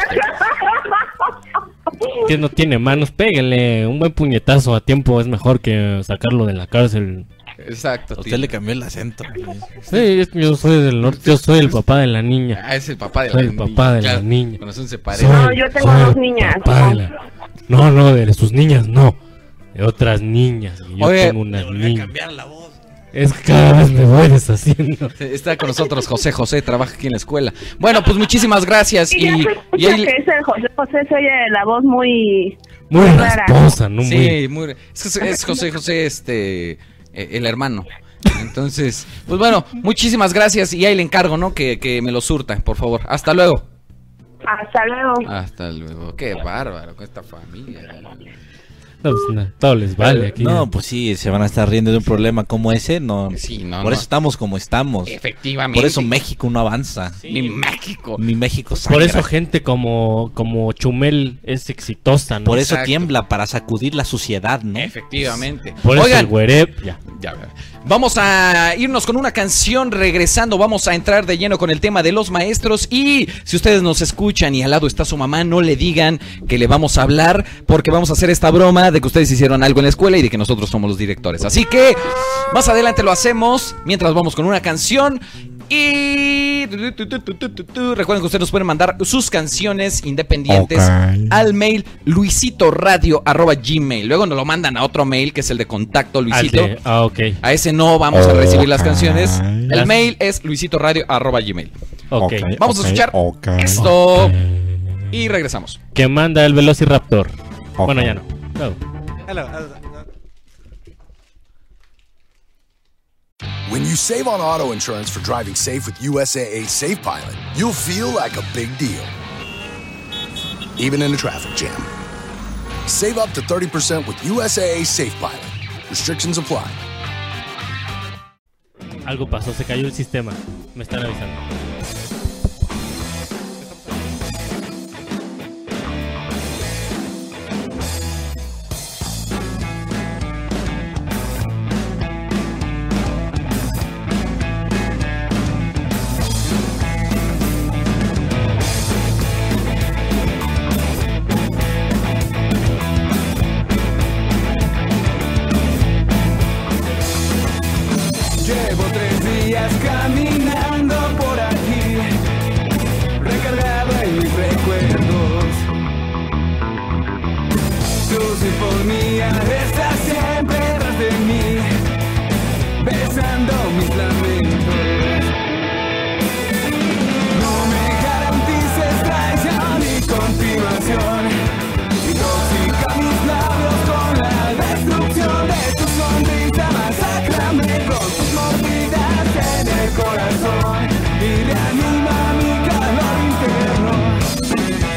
Speaker 9: Que no tiene manos, péguenle un buen puñetazo a tiempo. Es mejor que sacarlo de la cárcel.
Speaker 4: Exacto.
Speaker 11: usted le cambió el acento.
Speaker 9: Sí, es- yo soy del norte, yo soy el papá de la niña.
Speaker 4: Ah, es el papá de la
Speaker 9: Soy el
Speaker 4: niña,
Speaker 9: papá de la
Speaker 4: claro,
Speaker 9: niña.
Speaker 4: con razón se parece.
Speaker 9: Soy-
Speaker 10: No, yo tengo
Speaker 9: soy el
Speaker 10: dos niñas.
Speaker 9: papá de la- No, no, de sus niñas no. De otras niñas. y Yo
Speaker 4: Oye,
Speaker 9: tengo unas niñas. Es que cada vez me voy deshaciendo.
Speaker 4: Está con nosotros José José, trabaja aquí en la escuela. Bueno, pues muchísimas gracias
Speaker 10: Y ya
Speaker 4: y,
Speaker 10: se
Speaker 4: y
Speaker 10: escucha
Speaker 4: ahí-
Speaker 10: que es el José José, se oye la voz muy,
Speaker 9: Muy rasposa, ¿no?
Speaker 4: Sí,
Speaker 9: Muy-
Speaker 4: muy ra- Es, que es- es José José, este, eh, el hermano. Entonces, pues bueno, muchísimas gracias y ahí le encargo, ¿no? Que, que me lo surta, por favor. Hasta luego.
Speaker 10: Hasta luego.
Speaker 4: Hasta luego. Qué bárbaro con esta familia.
Speaker 9: No, pues, nada, todo les vale aquí.
Speaker 7: No, pues sí, se van a estar riendo de un problema como ese. No, por
Speaker 4: no.
Speaker 7: eso estamos como estamos.
Speaker 4: Efectivamente.
Speaker 7: Por eso México no avanza.
Speaker 4: Ni México.
Speaker 7: Ni México
Speaker 9: Por
Speaker 7: sangra.
Speaker 9: eso gente como, como Chumel es exitosa, ¿no?
Speaker 7: Por eso tiembla, para sacudir la suciedad, ¿no?
Speaker 4: Efectivamente.
Speaker 9: Por eso
Speaker 4: Oigan,
Speaker 9: el güerep, ya.
Speaker 4: Ya, ya. Vamos a irnos con una canción regresando, vamos a entrar de lleno con el tema de los maestros y si ustedes nos escuchan y al lado está su mamá, no le digan que le vamos a hablar porque vamos a hacer esta broma de que ustedes hicieron algo en la escuela y de que nosotros somos los directores. Así que más adelante lo hacemos mientras vamos con una canción y recuerden que ustedes nos pueden mandar sus canciones independientes
Speaker 13: Ok.
Speaker 4: al mail luisitoradio@gmail. Luego nos lo mandan a otro mail que es el de contacto Luisito.
Speaker 9: Al de- ah, ok.
Speaker 4: A ese no vamos a recibir las
Speaker 9: Ok.
Speaker 4: canciones. El
Speaker 9: Las-
Speaker 4: mail es luisitoradio.gmail.
Speaker 9: Ok.
Speaker 4: Vamos
Speaker 9: ok,
Speaker 4: a escuchar
Speaker 9: ok.
Speaker 4: esto. Y regresamos.
Speaker 9: Que manda el Velociraptor. Bueno, ya no. Luego.
Speaker 14: When you save on auto insurance for driving safe with USAA Safe Pilot, you'll feel like a big deal. Even in a traffic jam. Save up to 30% with USAA Safe Pilot. Restrictions apply.
Speaker 9: Algo pasó, se cayó el sistema. Me están avisando.
Speaker 13: Llevo tres días caminando por aquí, recargado en mis recuerdos. Tu sinfonía está siempre tras de mí, besando mis lamentos. No me garantices traición y continuación. Intoxica mis labios con la destrucción de tu sonrisa Masacrame con tus mordidas en el corazón Y reanima mi calor interno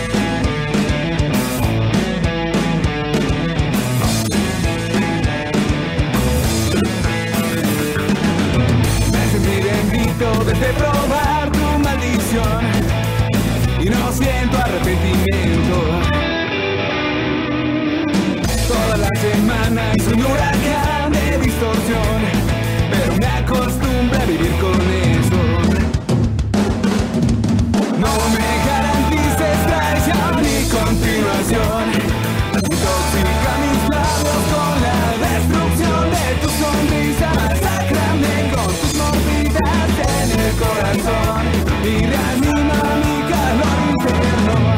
Speaker 13: Me sentí bendito desde probar tu maldición Y no siento arrepentimiento Toda la semana es un huracán de distorsión, pero me acostumbré a vivir con eso. No me garantices traición y continuación. Intoxica mis labios con la destrucción de tu sonrisa. Masacrame con tus mordidas en el corazón y reanima mi calor interno.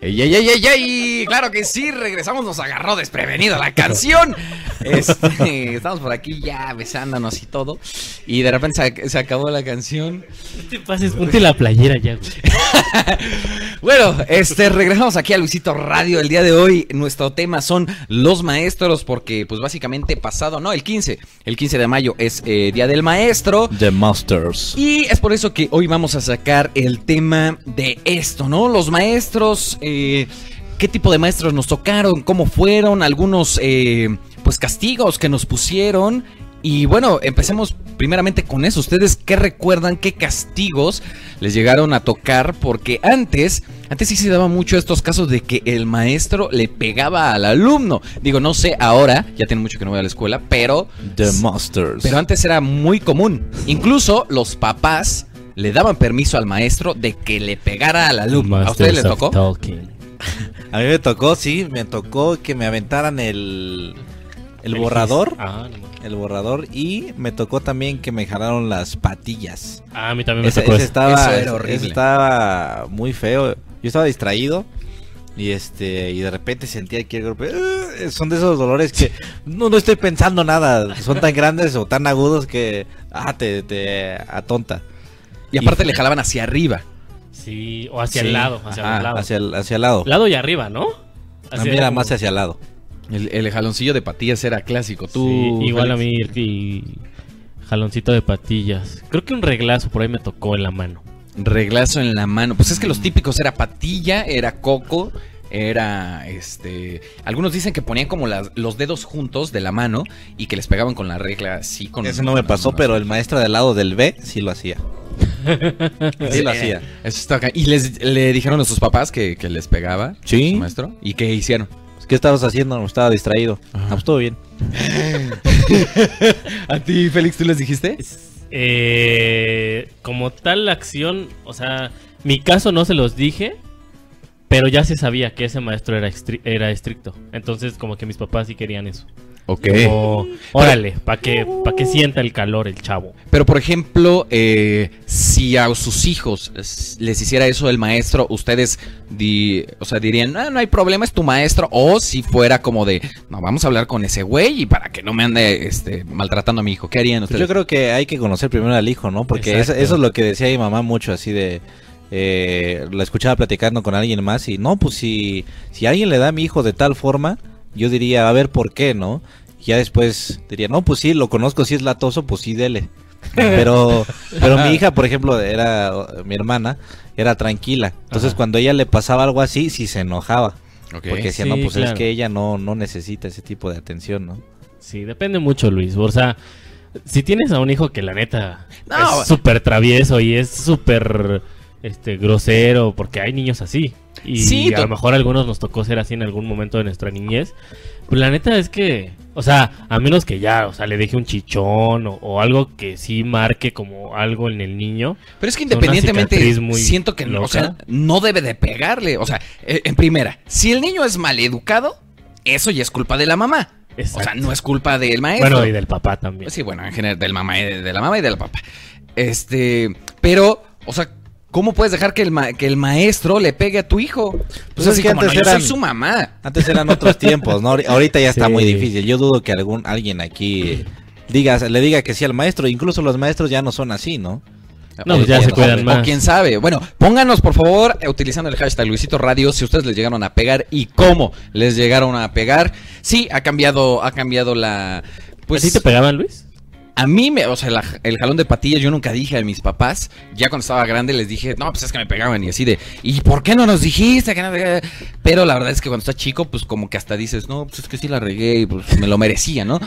Speaker 4: ¡Ey, ey, ey, ey, ey! Claro que sí, regresamos, nos agarró desprevenido la canción. Este, estamos por aquí ya besándonos y todo. Y de repente se, ac- se acabó la canción.
Speaker 9: te pases, ponte la playera ya, güey.
Speaker 4: Bueno, este, regresamos aquí a Luisito Radio. El día de hoy nuestro tema son los maestros, porque pues básicamente pasado, no, el 15, el 15 de mayo es eh, Día del Maestro.
Speaker 7: The Masters.
Speaker 4: Y es por eso que hoy vamos a sacar el tema de esto, ¿no? Los maestros, eh, qué tipo de maestros nos tocaron, cómo fueron, algunos eh, pues castigos que nos pusieron. Y bueno, empecemos primeramente con eso. ¿Ustedes qué recuerdan, qué castigos les llegaron a tocar? Porque antes, antes sí se daba mucho estos casos de que el maestro le pegaba al alumno. Digo, no sé, ahora, ya tiene mucho que no voy a la escuela, pero...
Speaker 7: The Masters.
Speaker 9: Pues,
Speaker 4: Pero antes era muy común. Incluso los papás le daban permiso al maestro de que le pegara al alumno. ¿A ustedes les tocó?
Speaker 7: A mí me tocó, sí, me tocó que me aventaran el, el borrador.
Speaker 9: Ah.
Speaker 7: El borrador y me tocó también que me jalaron las patillas.
Speaker 9: Ah, a mí también me
Speaker 7: Ese-
Speaker 9: tocó
Speaker 7: ese
Speaker 9: eso.
Speaker 7: estaba,
Speaker 9: Eso era
Speaker 7: ese- ese
Speaker 9: horrible.
Speaker 7: estaba muy feo. Yo estaba distraído y este y de repente sentía aquí el golpe. ¡Ah! Son de esos dolores que no, no estoy pensando nada. Son tan grandes o tan agudos que ah, te, te atonta.
Speaker 4: Y aparte le jalaban hacia arriba.
Speaker 9: Sí, o hacia el lado, hacia
Speaker 7: Ajá,
Speaker 9: el lado.
Speaker 7: Hacia el, hacia el lado.
Speaker 9: Lado y arriba, ¿no?
Speaker 7: A mí era más hacia el lado.
Speaker 4: El, el jaloncillo de patillas era clásico. Tú,
Speaker 9: Sí, igual a
Speaker 4: Félix?
Speaker 9: mí el, el jaloncito de patillas. Creo que un reglazo por ahí me tocó en la mano.
Speaker 4: Reglazo en la mano. Pues es que los típicos era patilla, era coco, era este. Algunos dicen que ponían como las- los dedos juntos de la mano y que les pegaban con la regla así con
Speaker 7: Eso no me pasó, pero el maestro del lado del B sí lo hacía. Sí lo hacía.
Speaker 4: Eso está acá. ¿Y les, le dijeron a sus papás que, que les pegaba?
Speaker 7: Sí.
Speaker 4: su Maestro. ¿Y qué hicieron?
Speaker 7: ¿Qué estabas haciendo? Estaba distraído. Ah, pues, todo bien.
Speaker 4: ¿A ti, Félix, tú les dijiste?
Speaker 9: Eh, como tal la acción, o sea, mi caso no se los dije, pero ya se sabía que ese maestro era, estri- era estricto. Entonces, como que mis papás sí querían eso.
Speaker 4: Ok.
Speaker 9: Como, órale, para que, pa' que sienta el calor el chavo.
Speaker 4: Pero, por ejemplo, eh, si a sus hijos les, les hiciera eso el maestro, ustedes di- o sea, dirían, "Ah, no, no hay problema, es tu maestro. O si fuera como de, no, vamos a hablar con ese güey y para que no me ande este, maltratando a mi hijo. ¿Qué harían
Speaker 7: Pues
Speaker 4: ustedes?
Speaker 7: yo creo que hay que conocer primero al hijo, ¿no? Porque eso,
Speaker 4: Exacto.
Speaker 7: eso es lo que decía mi mamá mucho, así de... eh, la escuchaba platicando con alguien más y no, pues si, si alguien le da a mi hijo de tal forma, yo diría, a ver por qué, ¿no? Y ya después diría, no, pues sí, lo conozco, si es latoso, pues sí, dele. Pero, pero mi hija, por ejemplo, era mi hermana, era tranquila. Entonces cuando ella le pasaba algo así, sí se enojaba.
Speaker 4: Ok.
Speaker 7: Porque decía, no,
Speaker 9: Sí,
Speaker 7: pues es
Speaker 9: claro.
Speaker 7: que ella no, no necesita ese tipo de atención, ¿no?
Speaker 9: Sí, depende mucho, Luis. O sea, si tienes a un hijo que la neta
Speaker 4: No.
Speaker 9: es súper travieso y es súper este, grosero, porque hay niños así. Y
Speaker 4: Sí,
Speaker 9: a
Speaker 4: to-
Speaker 9: lo mejor a algunos nos tocó ser así en algún momento de nuestra niñez. Pues la neta es que, o sea, a menos que ya, o sea, le deje un chichón o, o algo que sí marque como algo en el niño.
Speaker 4: Pero es que
Speaker 9: una
Speaker 4: independientemente,
Speaker 9: cicatriz muy
Speaker 4: siento que no, o sea,
Speaker 9: loca.
Speaker 4: no debe de pegarle. O sea, eh, en primera, si el niño es maleducado, eso ya es culpa de la mamá. O sea, no es culpa del maestro.
Speaker 9: Bueno, y del papá también.
Speaker 4: Pues Sí, bueno, en general, del mamá y de, de la mamá y del papá. Este, pero, o sea, ¿cómo puedes dejar que el, ma- que el maestro le pegue a tu hijo? Pues
Speaker 7: es
Speaker 4: así
Speaker 7: que
Speaker 4: como,
Speaker 7: antes
Speaker 4: no, yo
Speaker 7: eran-
Speaker 4: soy su mamá.
Speaker 7: Antes eran otros tiempos, ¿no? Ahori- Ahorita ya está
Speaker 9: Sí.
Speaker 7: muy difícil. Yo dudo que algún alguien aquí diga, le diga que sí al maestro. Incluso los maestros ya no son así, ¿no?
Speaker 9: No, pues ya se cuidan
Speaker 4: O- O
Speaker 9: más.
Speaker 4: quién sabe. Bueno, pónganos por favor, eh, utilizando el hashtag Luisito Radio, si ustedes les llegaron a pegar y cómo les llegaron a pegar. Sí, ha cambiado, ha cambiado la. Pues,
Speaker 9: ¿A ti te pegaban, Luis?
Speaker 4: A A mí, me, o sea, la- el jalón de patillas yo nunca dije a mis papás. Ya cuando estaba grande les dije, no, pues es que me pegaban y así de, ¿y por qué no nos dijiste? que no te-?" Pero la verdad es que cuando estás chico, pues como que hasta dices, no, pues es que sí la regué y pues me lo merecía, ¿no?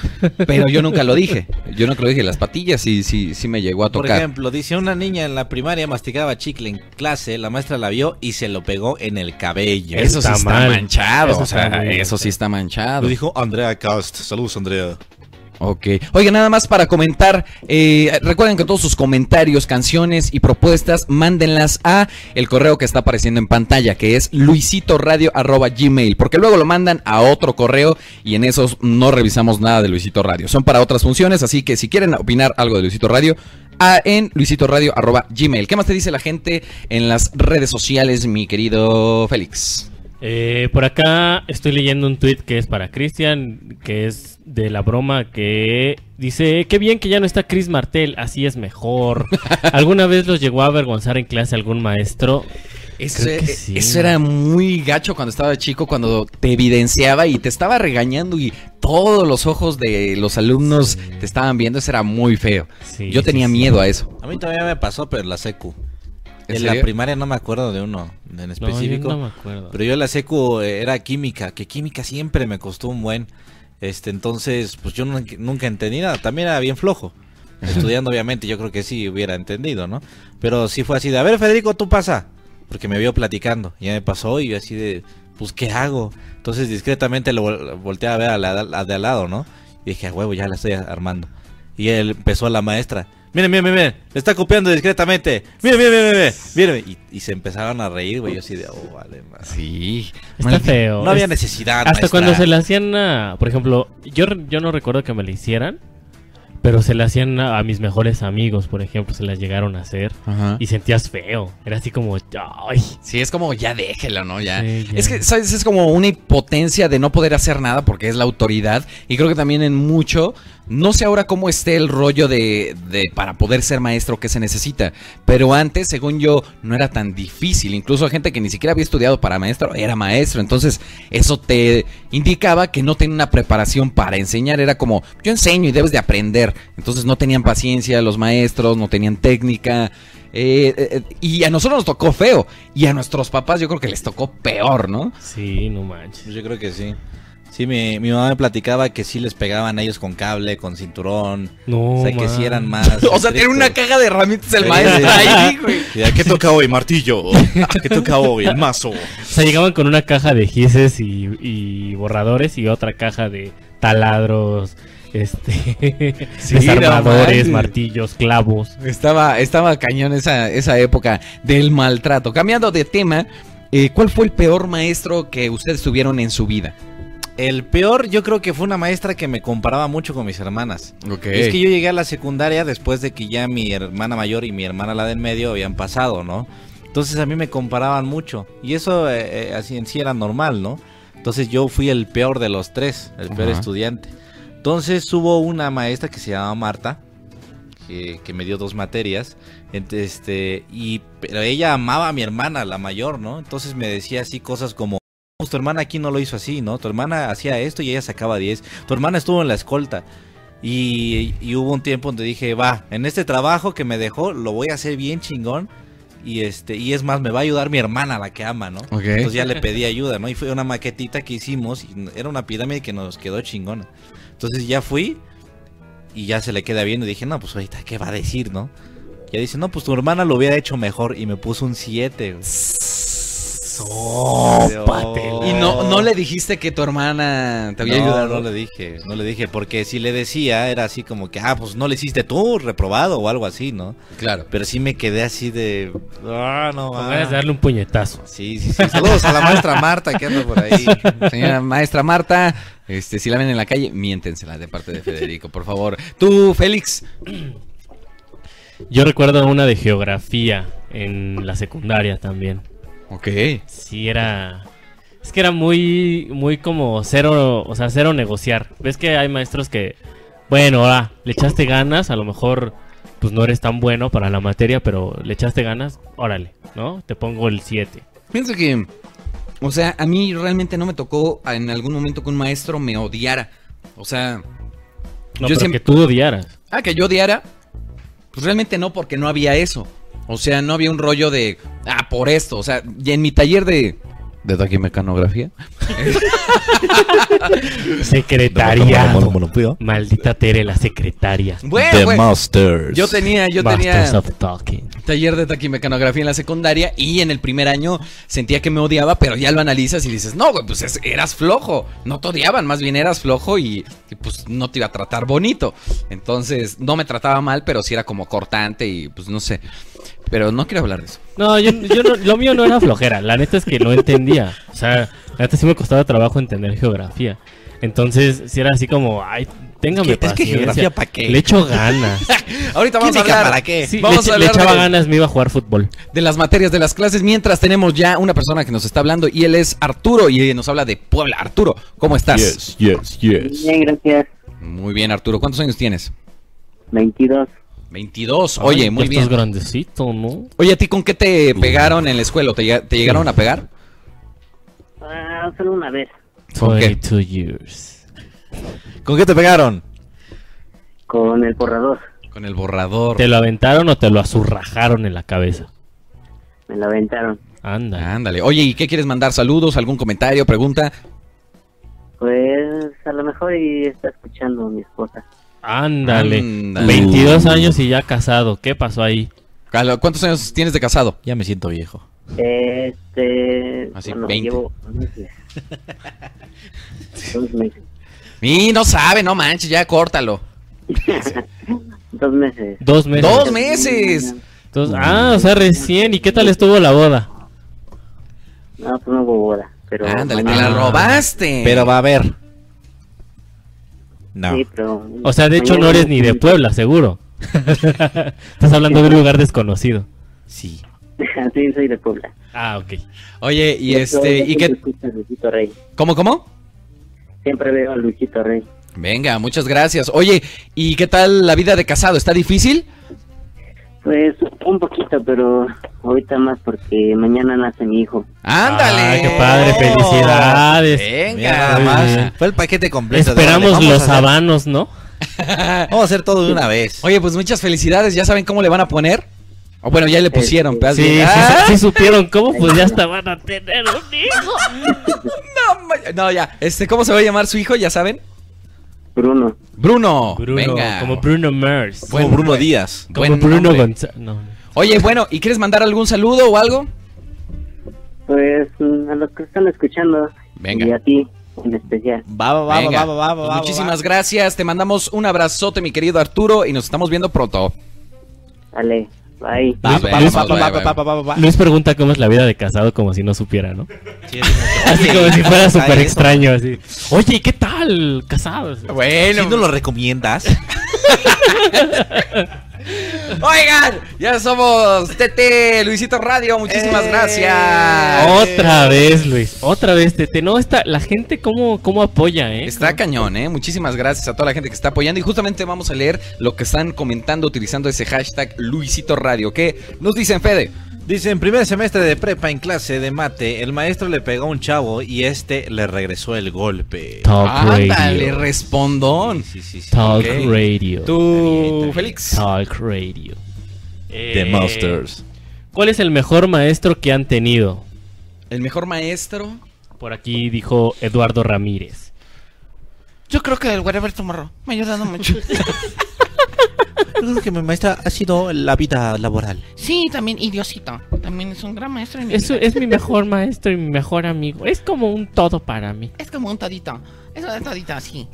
Speaker 4: Pero yo nunca lo dije. Yo nunca lo dije. Las patillas sí, sí, sí me llegó a
Speaker 7: Por
Speaker 4: tocar.
Speaker 7: ejemplo, dice una niña en la primaria masticaba chicle en clase, la maestra la vio y se lo pegó en el cabello.
Speaker 4: Eso sí está manchado. o sea, eso sí está manchado.
Speaker 7: Lo dijo Andrea Cast. Saludos, Andrea.
Speaker 4: Ok. Oiga, nada más para comentar, eh, recuerden que todos sus comentarios, canciones y propuestas, mándenlas a el correo que está apareciendo en pantalla, que es luisitoradio.gmail, porque luego lo mandan a otro correo y en esos no revisamos nada de Luisito Radio. Son para otras funciones, así que si quieren opinar algo de Luisito Radio, a en luisitoradio.gmail. ¿Qué más te dice la gente en las redes sociales, mi querido Félix?
Speaker 9: Eh, por acá estoy leyendo un tweet que es para Cristian, que es de la broma que dice, qué bien que ya no está Chris Martel, así es mejor. ¿Alguna vez los llegó a avergonzar en clase algún maestro?
Speaker 4: Eso,
Speaker 9: Creo que
Speaker 4: eh,
Speaker 7: e-,
Speaker 9: sí,
Speaker 4: eso era muy gacho cuando estaba chico, cuando te evidenciaba y te estaba regañando y todos los ojos de los alumnos te estaban viendo, eso era muy feo. Yo tenía miedo a eso.
Speaker 7: A mí todavía me pasó, pero en la secu.
Speaker 4: ¿En
Speaker 7: En la
Speaker 4: serio?
Speaker 7: primaria no me acuerdo de uno en específico.
Speaker 9: yo no me acuerdo.
Speaker 7: Pero yo en la secu eh, era química, que química siempre me costó un buen. Este, entonces, pues yo nunca, nunca entendí nada. También era bien flojo. Estudiando, obviamente, yo creo que sí hubiera entendido, ¿no? Pero sí fue así de, a ver, Federico, tú pasa. Porque me vio platicando. Ya me pasó y yo así de, pues, ¿qué hago? Entonces, discretamente lo vol- volteé a ver a la, a la de al lado, ¿no? Y dije, a huevo, ya la estoy armando. Y él empezó a la maestra. Miren, miren, miren, miren, le está copiando discretamente. Miren, miren, miren, miren, miren. Y, y se empezaron a reír, güey. Yo así de, oh, vale, madre.
Speaker 4: Sí.
Speaker 9: Está feo.
Speaker 7: No había
Speaker 9: Es-
Speaker 7: necesidad.
Speaker 9: Hasta
Speaker 7: maestra.
Speaker 9: cuando se la hacían a, por ejemplo, yo, re- yo no recuerdo que me la hicieran, pero se la hacían a, a mis mejores amigos, por ejemplo, se las llegaron a hacer
Speaker 4: Ajá.
Speaker 9: y sentías feo. Era así como, ay.
Speaker 4: Sí, es como ya déjelo, ¿no? Ya.
Speaker 9: Sí, ya.
Speaker 4: Es que, ¿sabes? Es como una impotencia de no poder hacer nada porque es la autoridad. Y creo que también en mucho, no sé ahora cómo esté el rollo de, de para poder ser maestro que se necesita. Pero antes, según yo, no era tan difícil. Incluso gente que ni siquiera había estudiado para maestro era maestro. Entonces, eso te indicaba que no tenía una preparación para enseñar. Era como, yo enseño y debes de aprender. Entonces, no tenían paciencia los maestros, no tenían técnica. Eh, eh, eh, y a nosotros nos tocó feo. Y a nuestros papás yo creo que les tocó peor, ¿no?
Speaker 9: Sí, no manches.
Speaker 7: Pues Yo creo que sí. Sí, mi, mi mamá me platicaba que sí les pegaban a ellos con cable, con cinturón.
Speaker 9: No,
Speaker 7: O sea, que
Speaker 9: man.
Speaker 7: sí eran más.
Speaker 4: O sea, tiene una caja de herramientas el
Speaker 7: Sí,
Speaker 4: maestro
Speaker 7: sí, sí.
Speaker 4: ahí, güey.
Speaker 7: Ya, ¿Qué toca hoy? Martillo. ¿Qué toca hoy? El mazo.
Speaker 9: O sea, llegaban con una caja de gises y, y borradores y otra caja de taladros, este,
Speaker 4: Sí,
Speaker 9: desarmadores,
Speaker 4: no manches.
Speaker 9: martillos, clavos.
Speaker 4: Estaba, estaba cañón esa, esa época del maltrato. Cambiando de tema, eh, ¿cuál fue el peor maestro que ustedes tuvieron en su vida?
Speaker 7: El peor, yo creo que fue una maestra que me comparaba mucho con mis hermanas.
Speaker 4: Ok.
Speaker 7: Es que yo llegué a la secundaria después de que ya mi hermana mayor y mi hermana la del medio habían pasado, ¿no? Entonces a mí me comparaban mucho. Y eso eh, eh, así en sí era normal, ¿no? Entonces yo fui el peor de los tres, el peor
Speaker 11: Ajá.
Speaker 7: estudiante. Entonces hubo una maestra que se llamaba Marta, que, que me dio dos materias. ent- Este, y pero ella amaba a mi hermana, la mayor, ¿no? Entonces me decía así cosas como. "Pues Tu hermana aquí no lo hizo así, ¿no? Tu hermana hacía esto y ella sacaba 10. Tu hermana estuvo en la escolta. Y, y hubo un tiempo donde dije, va, en este trabajo que me dejó, lo voy a hacer bien chingón. Y este, y es más, me va a ayudar mi hermana, la que ama, ¿no?
Speaker 4: Ok.
Speaker 7: Entonces ya le pedí ayuda, ¿no? Y fue una maquetita que hicimos, y era una pirámide que nos quedó chingona. Entonces ya fui, y ya se le queda viendo. Y dije, no, pues ahorita, ¿qué va a decir, no? Ya dice, no, pues tu hermana lo hubiera hecho mejor. Y me puso un 7.
Speaker 4: Y no, no le dijiste que tu hermana te había
Speaker 7: no,
Speaker 4: ayudado.
Speaker 7: No le dije, no le dije, porque si le decía era así como que, ah, pues no le hiciste tú, reprobado o algo así, ¿no?
Speaker 4: Claro.
Speaker 7: Pero sí me quedé así de, ah, no,
Speaker 9: Con
Speaker 7: ah.
Speaker 9: ganas de darle un puñetazo.
Speaker 7: Sí, sí, sí. Saludos a la maestra Marta que anda por ahí.
Speaker 4: Señora maestra Marta, este, si la ven en la calle, miéntensela de parte de Federico, por favor. Tú, Félix.
Speaker 9: Yo recuerdo una de geografía en la secundaria también.
Speaker 4: Ok.
Speaker 9: Sí, era. Es que era muy, muy como cero, o sea, cero negociar. Ves que hay maestros que, bueno, ahora le echaste ganas, a lo mejor, pues no eres tan bueno para la materia, pero le echaste ganas, órale, ¿no? Te pongo el 7.
Speaker 4: Pienso que, o sea, a mí realmente no me tocó en algún momento que un maestro me odiara. O sea,
Speaker 9: No,
Speaker 4: yo
Speaker 9: pero
Speaker 4: siempre...
Speaker 9: que tú odiaras.
Speaker 4: Ah, que yo odiara. Pues realmente no, porque no había eso. O sea, no había un rollo de, ah, por esto. O sea, y en mi taller de. De taquimecanografía.
Speaker 9: Secretaria. Maldita Tere, la secretaria.
Speaker 7: Eh,
Speaker 4: Bueno, bueno, Yo tenía, yo
Speaker 9: Masters
Speaker 4: tenía
Speaker 9: of Talking.
Speaker 4: taller de taquimecanografía en la secundaria y en el primer año sentía que me odiaba, pero ya lo analizas y dices, no, güey, pues es- eras flojo. No te odiaban, más bien eras flojo y, y, pues no te iba a tratar bonito. Entonces, no me trataba mal, pero sí era como cortante y pues no sé. Pero no quiero hablar de eso.
Speaker 9: No, yo, yo no, lo mío no era flojera. La neta es que no entendía. O sea, la neta sí me costaba trabajo entender geografía. Entonces, si era así como, ay, téngame
Speaker 4: Es que- es que
Speaker 9: paciencia.
Speaker 4: geografía, ¿pa' qué?
Speaker 9: Le echo ganas.
Speaker 4: Ahorita vamos a
Speaker 9: Química,
Speaker 4: hablar.
Speaker 9: ¿para qué? Sí,
Speaker 4: Vamos
Speaker 9: le-
Speaker 4: a
Speaker 9: le
Speaker 4: hablar
Speaker 9: echaba
Speaker 4: de-
Speaker 9: ganas, me iba a jugar fútbol.
Speaker 4: de las materias de las clases. Mientras tenemos ya una persona que nos está hablando y él es Arturo y nos habla de Puebla. Arturo, ¿cómo estás?
Speaker 15: Yes, yes, yes.
Speaker 16: Bien, gracias.
Speaker 4: Muy bien, Arturo. ¿Cuántos años tienes?
Speaker 16: 22.
Speaker 4: 22. Oye,
Speaker 9: Ay,
Speaker 4: muy
Speaker 9: ya
Speaker 4: bien.
Speaker 9: Estás grandecito, ¿no?
Speaker 4: Oye, ¿a ti con qué te pegaron en la escuela? ¿Te, llega- te llegaron a pegar?
Speaker 16: Ah, solo una vez.
Speaker 4: ¿Con qué?
Speaker 9: 22 years.
Speaker 7: ¿Con qué te pegaron?
Speaker 16: Con el borrador.
Speaker 4: Con el borrador. Ah,
Speaker 9: ¿Te lo aventaron o te lo azurrajaron en la cabeza?
Speaker 16: Me lo aventaron.
Speaker 9: Anda.
Speaker 4: Ándale. Oye, ¿y qué quieres mandar? ¿Saludos? ¿Algún comentario? ¿Pregunta?
Speaker 16: Pues a lo mejor y está escuchando mi esposa.
Speaker 9: Ándale.
Speaker 4: Ándale.
Speaker 9: 22 años y ya casado. ¿Qué pasó ahí?
Speaker 4: ¿Cuántos años tienes de casado?
Speaker 9: Ya me siento viejo.
Speaker 16: Este.
Speaker 4: Así,
Speaker 16: bueno,
Speaker 4: 20.
Speaker 16: llevo unos meses. dos meses.
Speaker 4: Y no sabe, no manches, ya córtalo.
Speaker 16: Dos meses.
Speaker 9: Dos meses.
Speaker 4: ¡Dos meses!
Speaker 9: Entonces, ah, o sea, recién. ¿Y qué tal estuvo la boda?
Speaker 16: No, pues no hubo boda. Pero
Speaker 4: Ándale, te
Speaker 16: mañana-
Speaker 4: la robaste.
Speaker 7: Pero va a haber. No.
Speaker 16: Sí, pero-
Speaker 9: O sea, de hecho no
Speaker 16: mañana-
Speaker 9: eres ni de Puebla, seguro. Estás hablando de un lugar desconocido.
Speaker 4: Sí.
Speaker 16: sí, soy de Puebla.
Speaker 9: Ah, ok.
Speaker 4: Oye, y
Speaker 16: Yo soy-
Speaker 4: este,
Speaker 16: yo
Speaker 4: ¿y qué?
Speaker 16: siempre escucho a Luisito Rey.
Speaker 4: ¿Cómo, cómo?
Speaker 16: Siempre veo a Luisito Rey.
Speaker 4: Venga, muchas gracias. Oye, ¿y qué tal la vida de casado? ¿Está difícil?
Speaker 16: Pues un poquito, pero ahorita más porque mañana nace mi hijo.
Speaker 4: ¡Ándale!
Speaker 9: Ay, Ah, qué padre, felicidades.
Speaker 4: Venga.
Speaker 7: nada
Speaker 9: Muy
Speaker 7: más.
Speaker 9: bien.
Speaker 7: Fue el paquete completo. de,
Speaker 9: Esperamos
Speaker 7: órale, vamos
Speaker 9: los
Speaker 7: a hacer-
Speaker 9: habanos, ¿no?
Speaker 4: Vamos a hacer todo
Speaker 7: de una vez.
Speaker 4: Oye, pues muchas felicidades. ¿Ya saben cómo le van a poner? O bueno, ya le pusieron. pero haz
Speaker 9: Este, Sí, sí,
Speaker 4: bien. ¡Ah!
Speaker 9: sí, sí supieron cómo, pues ya estaban a tener un hijo.
Speaker 4: No, Ah, ma- no, ya. Este, ¿Cómo se va a llamar su hijo? ¿Ya saben?
Speaker 16: Bruno.
Speaker 4: Bruno.
Speaker 9: Bruno,
Speaker 4: Venga.
Speaker 9: como Bruno Mars.
Speaker 4: Buen- Como Bruno Díaz.
Speaker 9: Como
Speaker 4: Buen
Speaker 9: Bruno
Speaker 4: nombre.
Speaker 9: González. No.
Speaker 4: Oye, bueno, ¿y quieres mandar algún saludo o algo?
Speaker 16: Pues mm, a los que están escuchando. Y a ti en especial.
Speaker 4: Venga. Pues Muchísimas gracias. Te mandamos un abrazote, mi querido Arturo, y nos estamos viendo pronto.
Speaker 16: Dale, bye.
Speaker 4: Nos vemos,
Speaker 9: Luis- Luis-
Speaker 4: bye,
Speaker 9: pa,
Speaker 4: bye,
Speaker 9: pa,
Speaker 4: bye.
Speaker 9: Luis pregunta cómo es la vida de casado como si no supiera, ¿no? Así
Speaker 4: Oye,
Speaker 9: como si fuera
Speaker 4: ahí
Speaker 9: súper
Speaker 4: eso.
Speaker 9: extraño, así. Oye, ¿y ¿qué tal casados?
Speaker 4: Bueno.
Speaker 9: ¿Sí no lo recomiendas?
Speaker 4: Oigan, ya somos TT Luisito Radio.
Speaker 9: Eh.
Speaker 4: Muchísimas gracias.
Speaker 9: Otra vez, Luis. Otra vez, Tete. No, está, la gente cómo, cómo apoya, ¿eh?
Speaker 4: Está cañón, ¿eh? Muchísimas gracias a toda la gente que está apoyando. Y justamente vamos a leer lo que están comentando utilizando ese hashtag Luisito Radio. ¿Qué nos dicen, Fede?
Speaker 7: Dice, en primer semestre de prepa en clase de mate, el maestro le pegó a un chavo y este le regresó el golpe.
Speaker 9: Top
Speaker 4: Ándale,
Speaker 9: Radio.
Speaker 4: respondón.
Speaker 9: Talk
Speaker 4: Ok.
Speaker 9: Radio.
Speaker 4: Tú, Félix.
Speaker 9: Talk Radio.
Speaker 4: The
Speaker 9: Masters. Eh, ¿Cuál es el mejor maestro que han tenido?
Speaker 4: El mejor maestro.
Speaker 9: Por aquí dijo Eduardo Ramírez.
Speaker 17: Yo creo que el Whatever Tomorrow me ha ayudado mucho.
Speaker 11: Yo creo que mi maestra ha sido la vida laboral.
Speaker 17: sí, también, y Diosito. También es un gran maestro. en mi
Speaker 9: Es,
Speaker 17: vida.
Speaker 9: es mi mejor maestro y mi mejor amigo. Es como un todo para mí.
Speaker 17: Es como un todito. Es un todito así.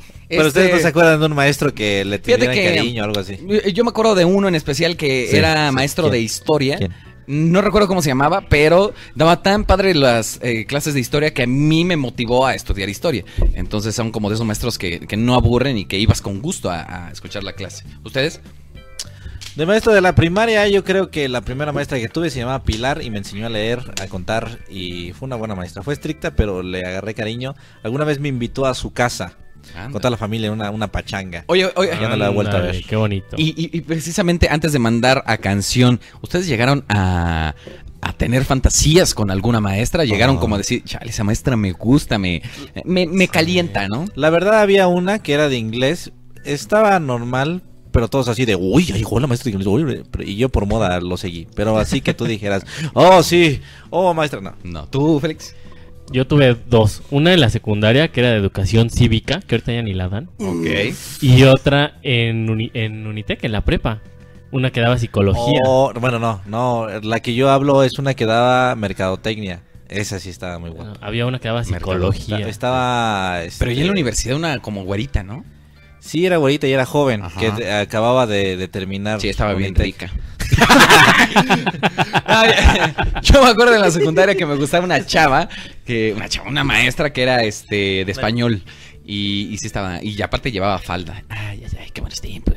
Speaker 17: Este,
Speaker 7: Pero ustedes no se acuerdan de un maestro que le
Speaker 4: Fíjate
Speaker 7: tenía
Speaker 4: que-
Speaker 7: cariño o algo así.
Speaker 4: Yo- eh, Yo me acuerdo de uno en especial que
Speaker 7: Sí,
Speaker 4: era
Speaker 7: sí,
Speaker 4: maestro
Speaker 7: ¿quién?
Speaker 4: de historia.
Speaker 7: ¿Quién?
Speaker 4: No recuerdo cómo se llamaba, pero daba tan padre las eh, clases de historia que a mí me motivó a estudiar historia. Entonces son como de esos maestros que, que no aburren y que ibas con gusto a, a escuchar la clase. ¿Ustedes?
Speaker 7: De maestro de la primaria, yo creo que la primera maestra que tuve se llamaba Pilar y me enseñó a leer, a contar y fue una buena maestra. Fue estricta, pero le agarré cariño. Alguna vez me invitó a su casa con toda la familia en una, una pachanga.
Speaker 4: Oye, oye,
Speaker 7: Ya no la he vuelto a ver.
Speaker 9: Ándale, Qué bonito.
Speaker 4: Y, y- y precisamente antes de mandar a canción, ¿ustedes llegaron a, a tener fantasías con alguna maestra? Llegaron como a decir, chale, esa maestra me gusta, me, me, me calienta, ¿no?
Speaker 7: La verdad había una que era de inglés. Estaba normal, pero todos así de, uy, ay, hola, maestro de inglés, uy", pero- y yo por moda lo seguí. Pero así que tú dijeras, oh, sí, oh, maestra, no.
Speaker 4: No, tú, Félix.
Speaker 9: Yo tuve dos. Una en la secundaria, que era de educación cívica, que ahorita ya ni la dan.
Speaker 4: Ok.
Speaker 9: Y otra en, Uni- en Unitec, en la prepa. Una que daba psicología.
Speaker 7: Oh, bueno, no, no, la que yo hablo es una que daba mercadotecnia. Esa sí estaba muy buena.
Speaker 9: Había una que daba psicología.
Speaker 7: Estaba...
Speaker 4: Pero ya en la
Speaker 7: universidad una como güerita, ¿no? Sí, era güerita y era joven,
Speaker 4: Ajá.
Speaker 7: que de- acababa de, de terminar. Sí, estaba bien rica.
Speaker 4: Yo me acuerdo de la secundaria que me gustaba una chava, que una chava, una maestra que era este de español. Y, y sí estaba, y aparte llevaba falda. Ay, ay, ay, qué buenos tiempos.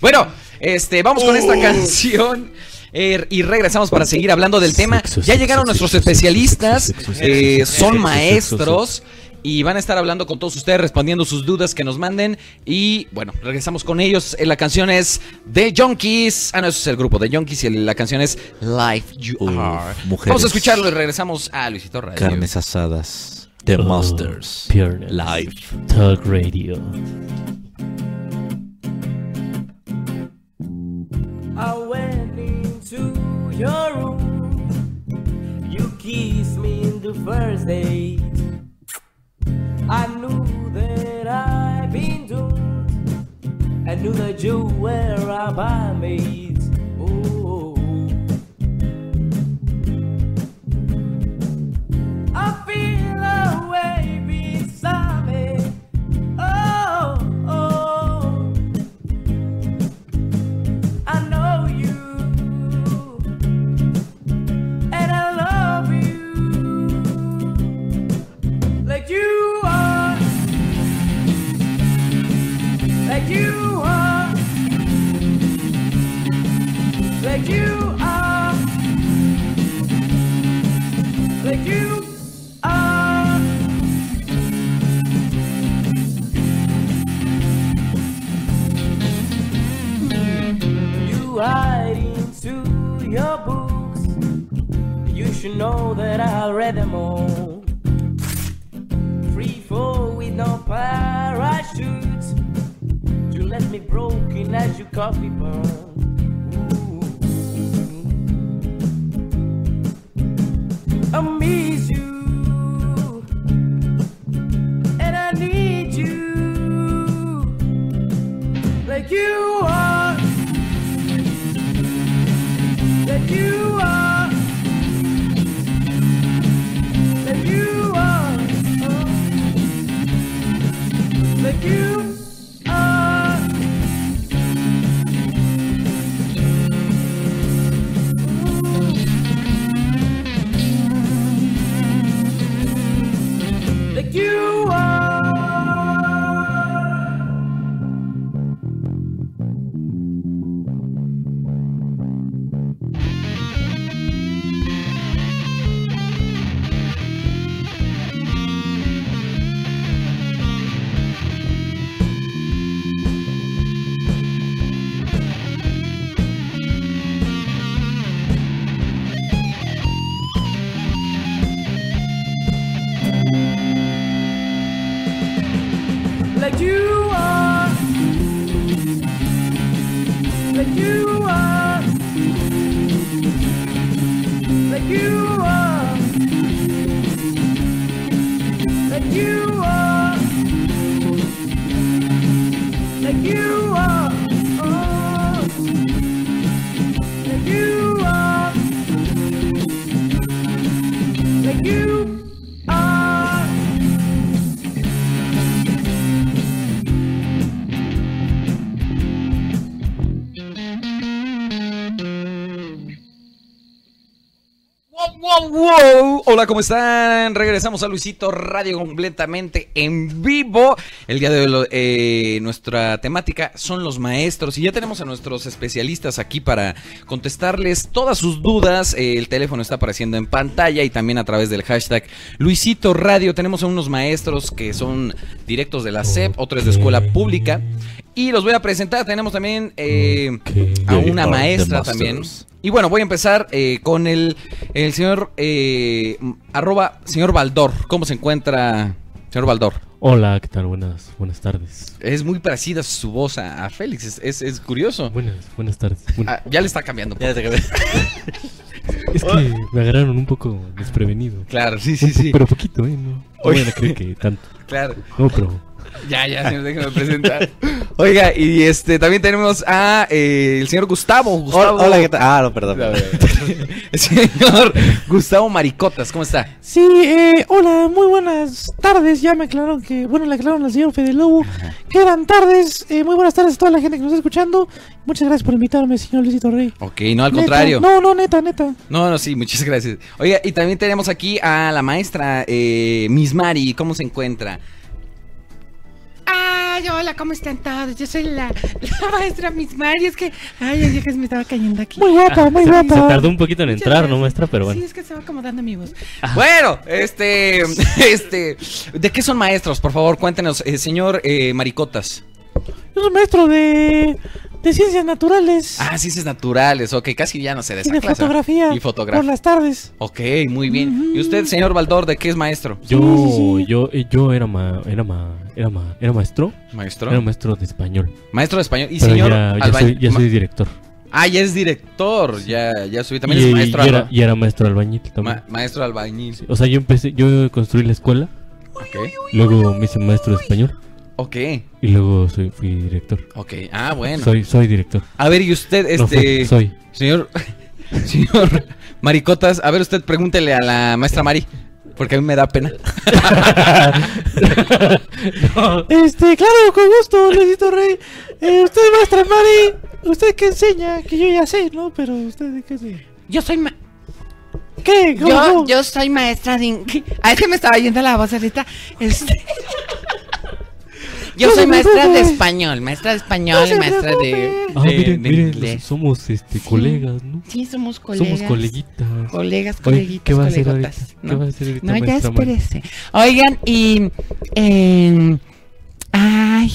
Speaker 4: Bueno, este, vamos con esta canción. eh, y regresamos para seguir hablando del tema. Ya llegaron nuestros especialistas, eh, son maestros y van a estar hablando con todos ustedes, respondiendo sus dudas que nos manden. Y bueno, regresamos con ellos. Eh, La canción es The Junkies. Ah, no, eso es el grupo The Junkies y el- la canción es Life You Are.
Speaker 7: mujeres.
Speaker 4: Vamos a escucharlo y regresamos a Luisito Radio.
Speaker 7: Carnes asadas. The
Speaker 9: Oh,
Speaker 7: Monsters.
Speaker 9: pureness.
Speaker 7: Live.
Speaker 9: Talk Radio.
Speaker 13: I went into your room. You kissed me in the first date. I knew that I'd been doomed. I knew that you were a bad mate. Oh. I feel a way beside me. Oh, oh. I know you. And I love you. Like you are. Like you are. Like you are. Like you are. You hide into your books. You should know that I read them all. Free fall with no parachute. You left me broken as you coffee burn. Ooh. I miss you. And I need you. Like you are. That you are. That you are. That you are. That you are. like you are. Like you are. Like you are. Like you are. Like you are. Oh. Like you are. Like you are.
Speaker 4: ¡Wow, wow, wow! Hola, ¿cómo están? Regresamos a Luisito Radio completamente en vivo. El día de hoy lo- eh, nuestra temática son los maestros y ya tenemos a nuestros especialistas aquí para contestarles todas sus dudas. Eh, el teléfono está apareciendo en pantalla y también a través del hashtag Luisito Radio. Tenemos a unos maestros que son directos de la SEP, otros de escuela pública. Y los voy a presentar. Tenemos también eh, a una
Speaker 7: Are the
Speaker 4: maestra
Speaker 7: masters.
Speaker 4: también. Y bueno, voy a empezar eh, con el, el señor eh, m- arroba señor Baldor. ¿Cómo se encuentra, señor Baldor?
Speaker 9: Hola, ¿qué tal? Buenas, buenas tardes.
Speaker 4: Es muy parecida su voz a, a Félix, es, es- es curioso.
Speaker 9: Buenas, buenas tardes.
Speaker 4: Ah, ya le está cambiando.
Speaker 9: Es que me agarraron un poco desprevenido.
Speaker 4: Claro, sí, oh. sí,
Speaker 9: Un po-
Speaker 4: sí.
Speaker 9: Pero poquito, ¿eh? No, no
Speaker 4: Oye.
Speaker 9: vayan a creer que tanto.
Speaker 4: Claro.
Speaker 9: No, pero
Speaker 4: Ya, ya, señor, déjeme presentar. Oiga, y este también tenemos a eh, el señor Gustavo. Gustavo.
Speaker 7: Hola, ¿qué tal? Ah, no, perdón.
Speaker 4: El señor Gustavo Maricotas, ¿cómo está?
Speaker 15: Sí, eh, hola, muy buenas tardes. Ya me aclararon que, bueno, le aclararon al señor Fede Lobo que eran tardes. Eh, muy buenas tardes a toda la gente que nos está escuchando. Muchas gracias por invitarme, señor Luisito Rey.
Speaker 4: Ok, no, al
Speaker 15: Neta.
Speaker 4: contrario.
Speaker 15: No, no, neta, neta.
Speaker 4: No, no, sí, muchas gracias. Oiga, y también tenemos aquí a la maestra eh, Miss Mari, ¿cómo se encuentra?
Speaker 18: Ay, hola, ¿cómo están todos? Yo soy la, la maestra Miss Mari. Es que, ay, es que se me estaba cayendo aquí.
Speaker 9: Muy guapa, muy
Speaker 18: Sí,
Speaker 9: guapa.
Speaker 18: sí,
Speaker 9: Se tardó un poquito en entrar, ¿no, maestra? Pero bueno.
Speaker 18: Sí, es que estaba acomodando mi voz.
Speaker 4: Bueno, este, este, ¿de qué son maestros? Por favor, cuéntenos, eh, señor eh, Maricotas.
Speaker 15: Yo soy maestro de, de ciencias naturales
Speaker 4: Ah, ciencias naturales, ok, casi ya no se de
Speaker 15: y
Speaker 4: esa
Speaker 15: de
Speaker 4: clase.
Speaker 15: fotografía.
Speaker 4: Ah, Y fotografía.
Speaker 15: Por las tardes.
Speaker 4: Ok, muy bien. ¿Y usted, señor Baldor, de qué es maestro?
Speaker 9: Yo, yo, eh, yo era ma, era ma, era ma- era maestro.
Speaker 4: Maestro.
Speaker 9: Era maestro de español.
Speaker 4: Maestro de español. Y
Speaker 9: Pero
Speaker 4: señor
Speaker 9: ya, ya
Speaker 4: albañil-
Speaker 9: soy, ya
Speaker 4: ma-
Speaker 9: soy director.
Speaker 4: Ah, ya es director, ya, ya subí. También
Speaker 9: y,
Speaker 4: es maestro
Speaker 9: y era,
Speaker 4: alba-
Speaker 9: y era maestro albañil también.
Speaker 4: ma- maestro albañil.
Speaker 9: O sea, yo empecé, yo construí la escuela.
Speaker 4: Ok.
Speaker 9: Luego me hice maestro de español.
Speaker 4: Ok.
Speaker 9: Y luego soy, fui director.
Speaker 4: Ok, ah, bueno.
Speaker 9: Soy, soy director.
Speaker 4: A ver, y usted, este.
Speaker 9: No fui, soy.
Speaker 4: Señor. Señor Maricotas, a ver, usted pregúntele a la maestra Mari. Porque a mí me da pena.
Speaker 15: Este, claro, con gusto, Luisito Rey. Eh, usted, maestra Mari, usted que enseña, que yo ya sé, ¿no? Pero usted de qué enseña.
Speaker 18: Yo soy ma-
Speaker 15: ¿Qué? ¿Cómo
Speaker 18: Yo,
Speaker 15: no?
Speaker 18: yo soy maestra de inglés. Ay, que me estaba yendo la voz ahorita. Este- Yo
Speaker 15: No
Speaker 18: soy
Speaker 15: se
Speaker 18: maestra de
Speaker 15: preocupe.
Speaker 18: español, maestra de español,
Speaker 15: No se
Speaker 18: maestra de,
Speaker 9: Ah,
Speaker 18: de-
Speaker 9: miren,
Speaker 18: de
Speaker 9: miren,
Speaker 18: inglés.
Speaker 9: somos este, colegas, ¿no?
Speaker 18: Sí, somos colegas.
Speaker 9: Somos coleguitas.
Speaker 18: Colegas,
Speaker 9: Oye,
Speaker 18: coleguitas,
Speaker 9: ¿Qué va a hacer ahorita?
Speaker 18: colegotas,
Speaker 9: ¿Qué
Speaker 18: ¿no?
Speaker 9: va a hacer ahorita,
Speaker 18: No, ya
Speaker 9: maestra Mari?
Speaker 18: espérese. Oigan, y. eh, ay,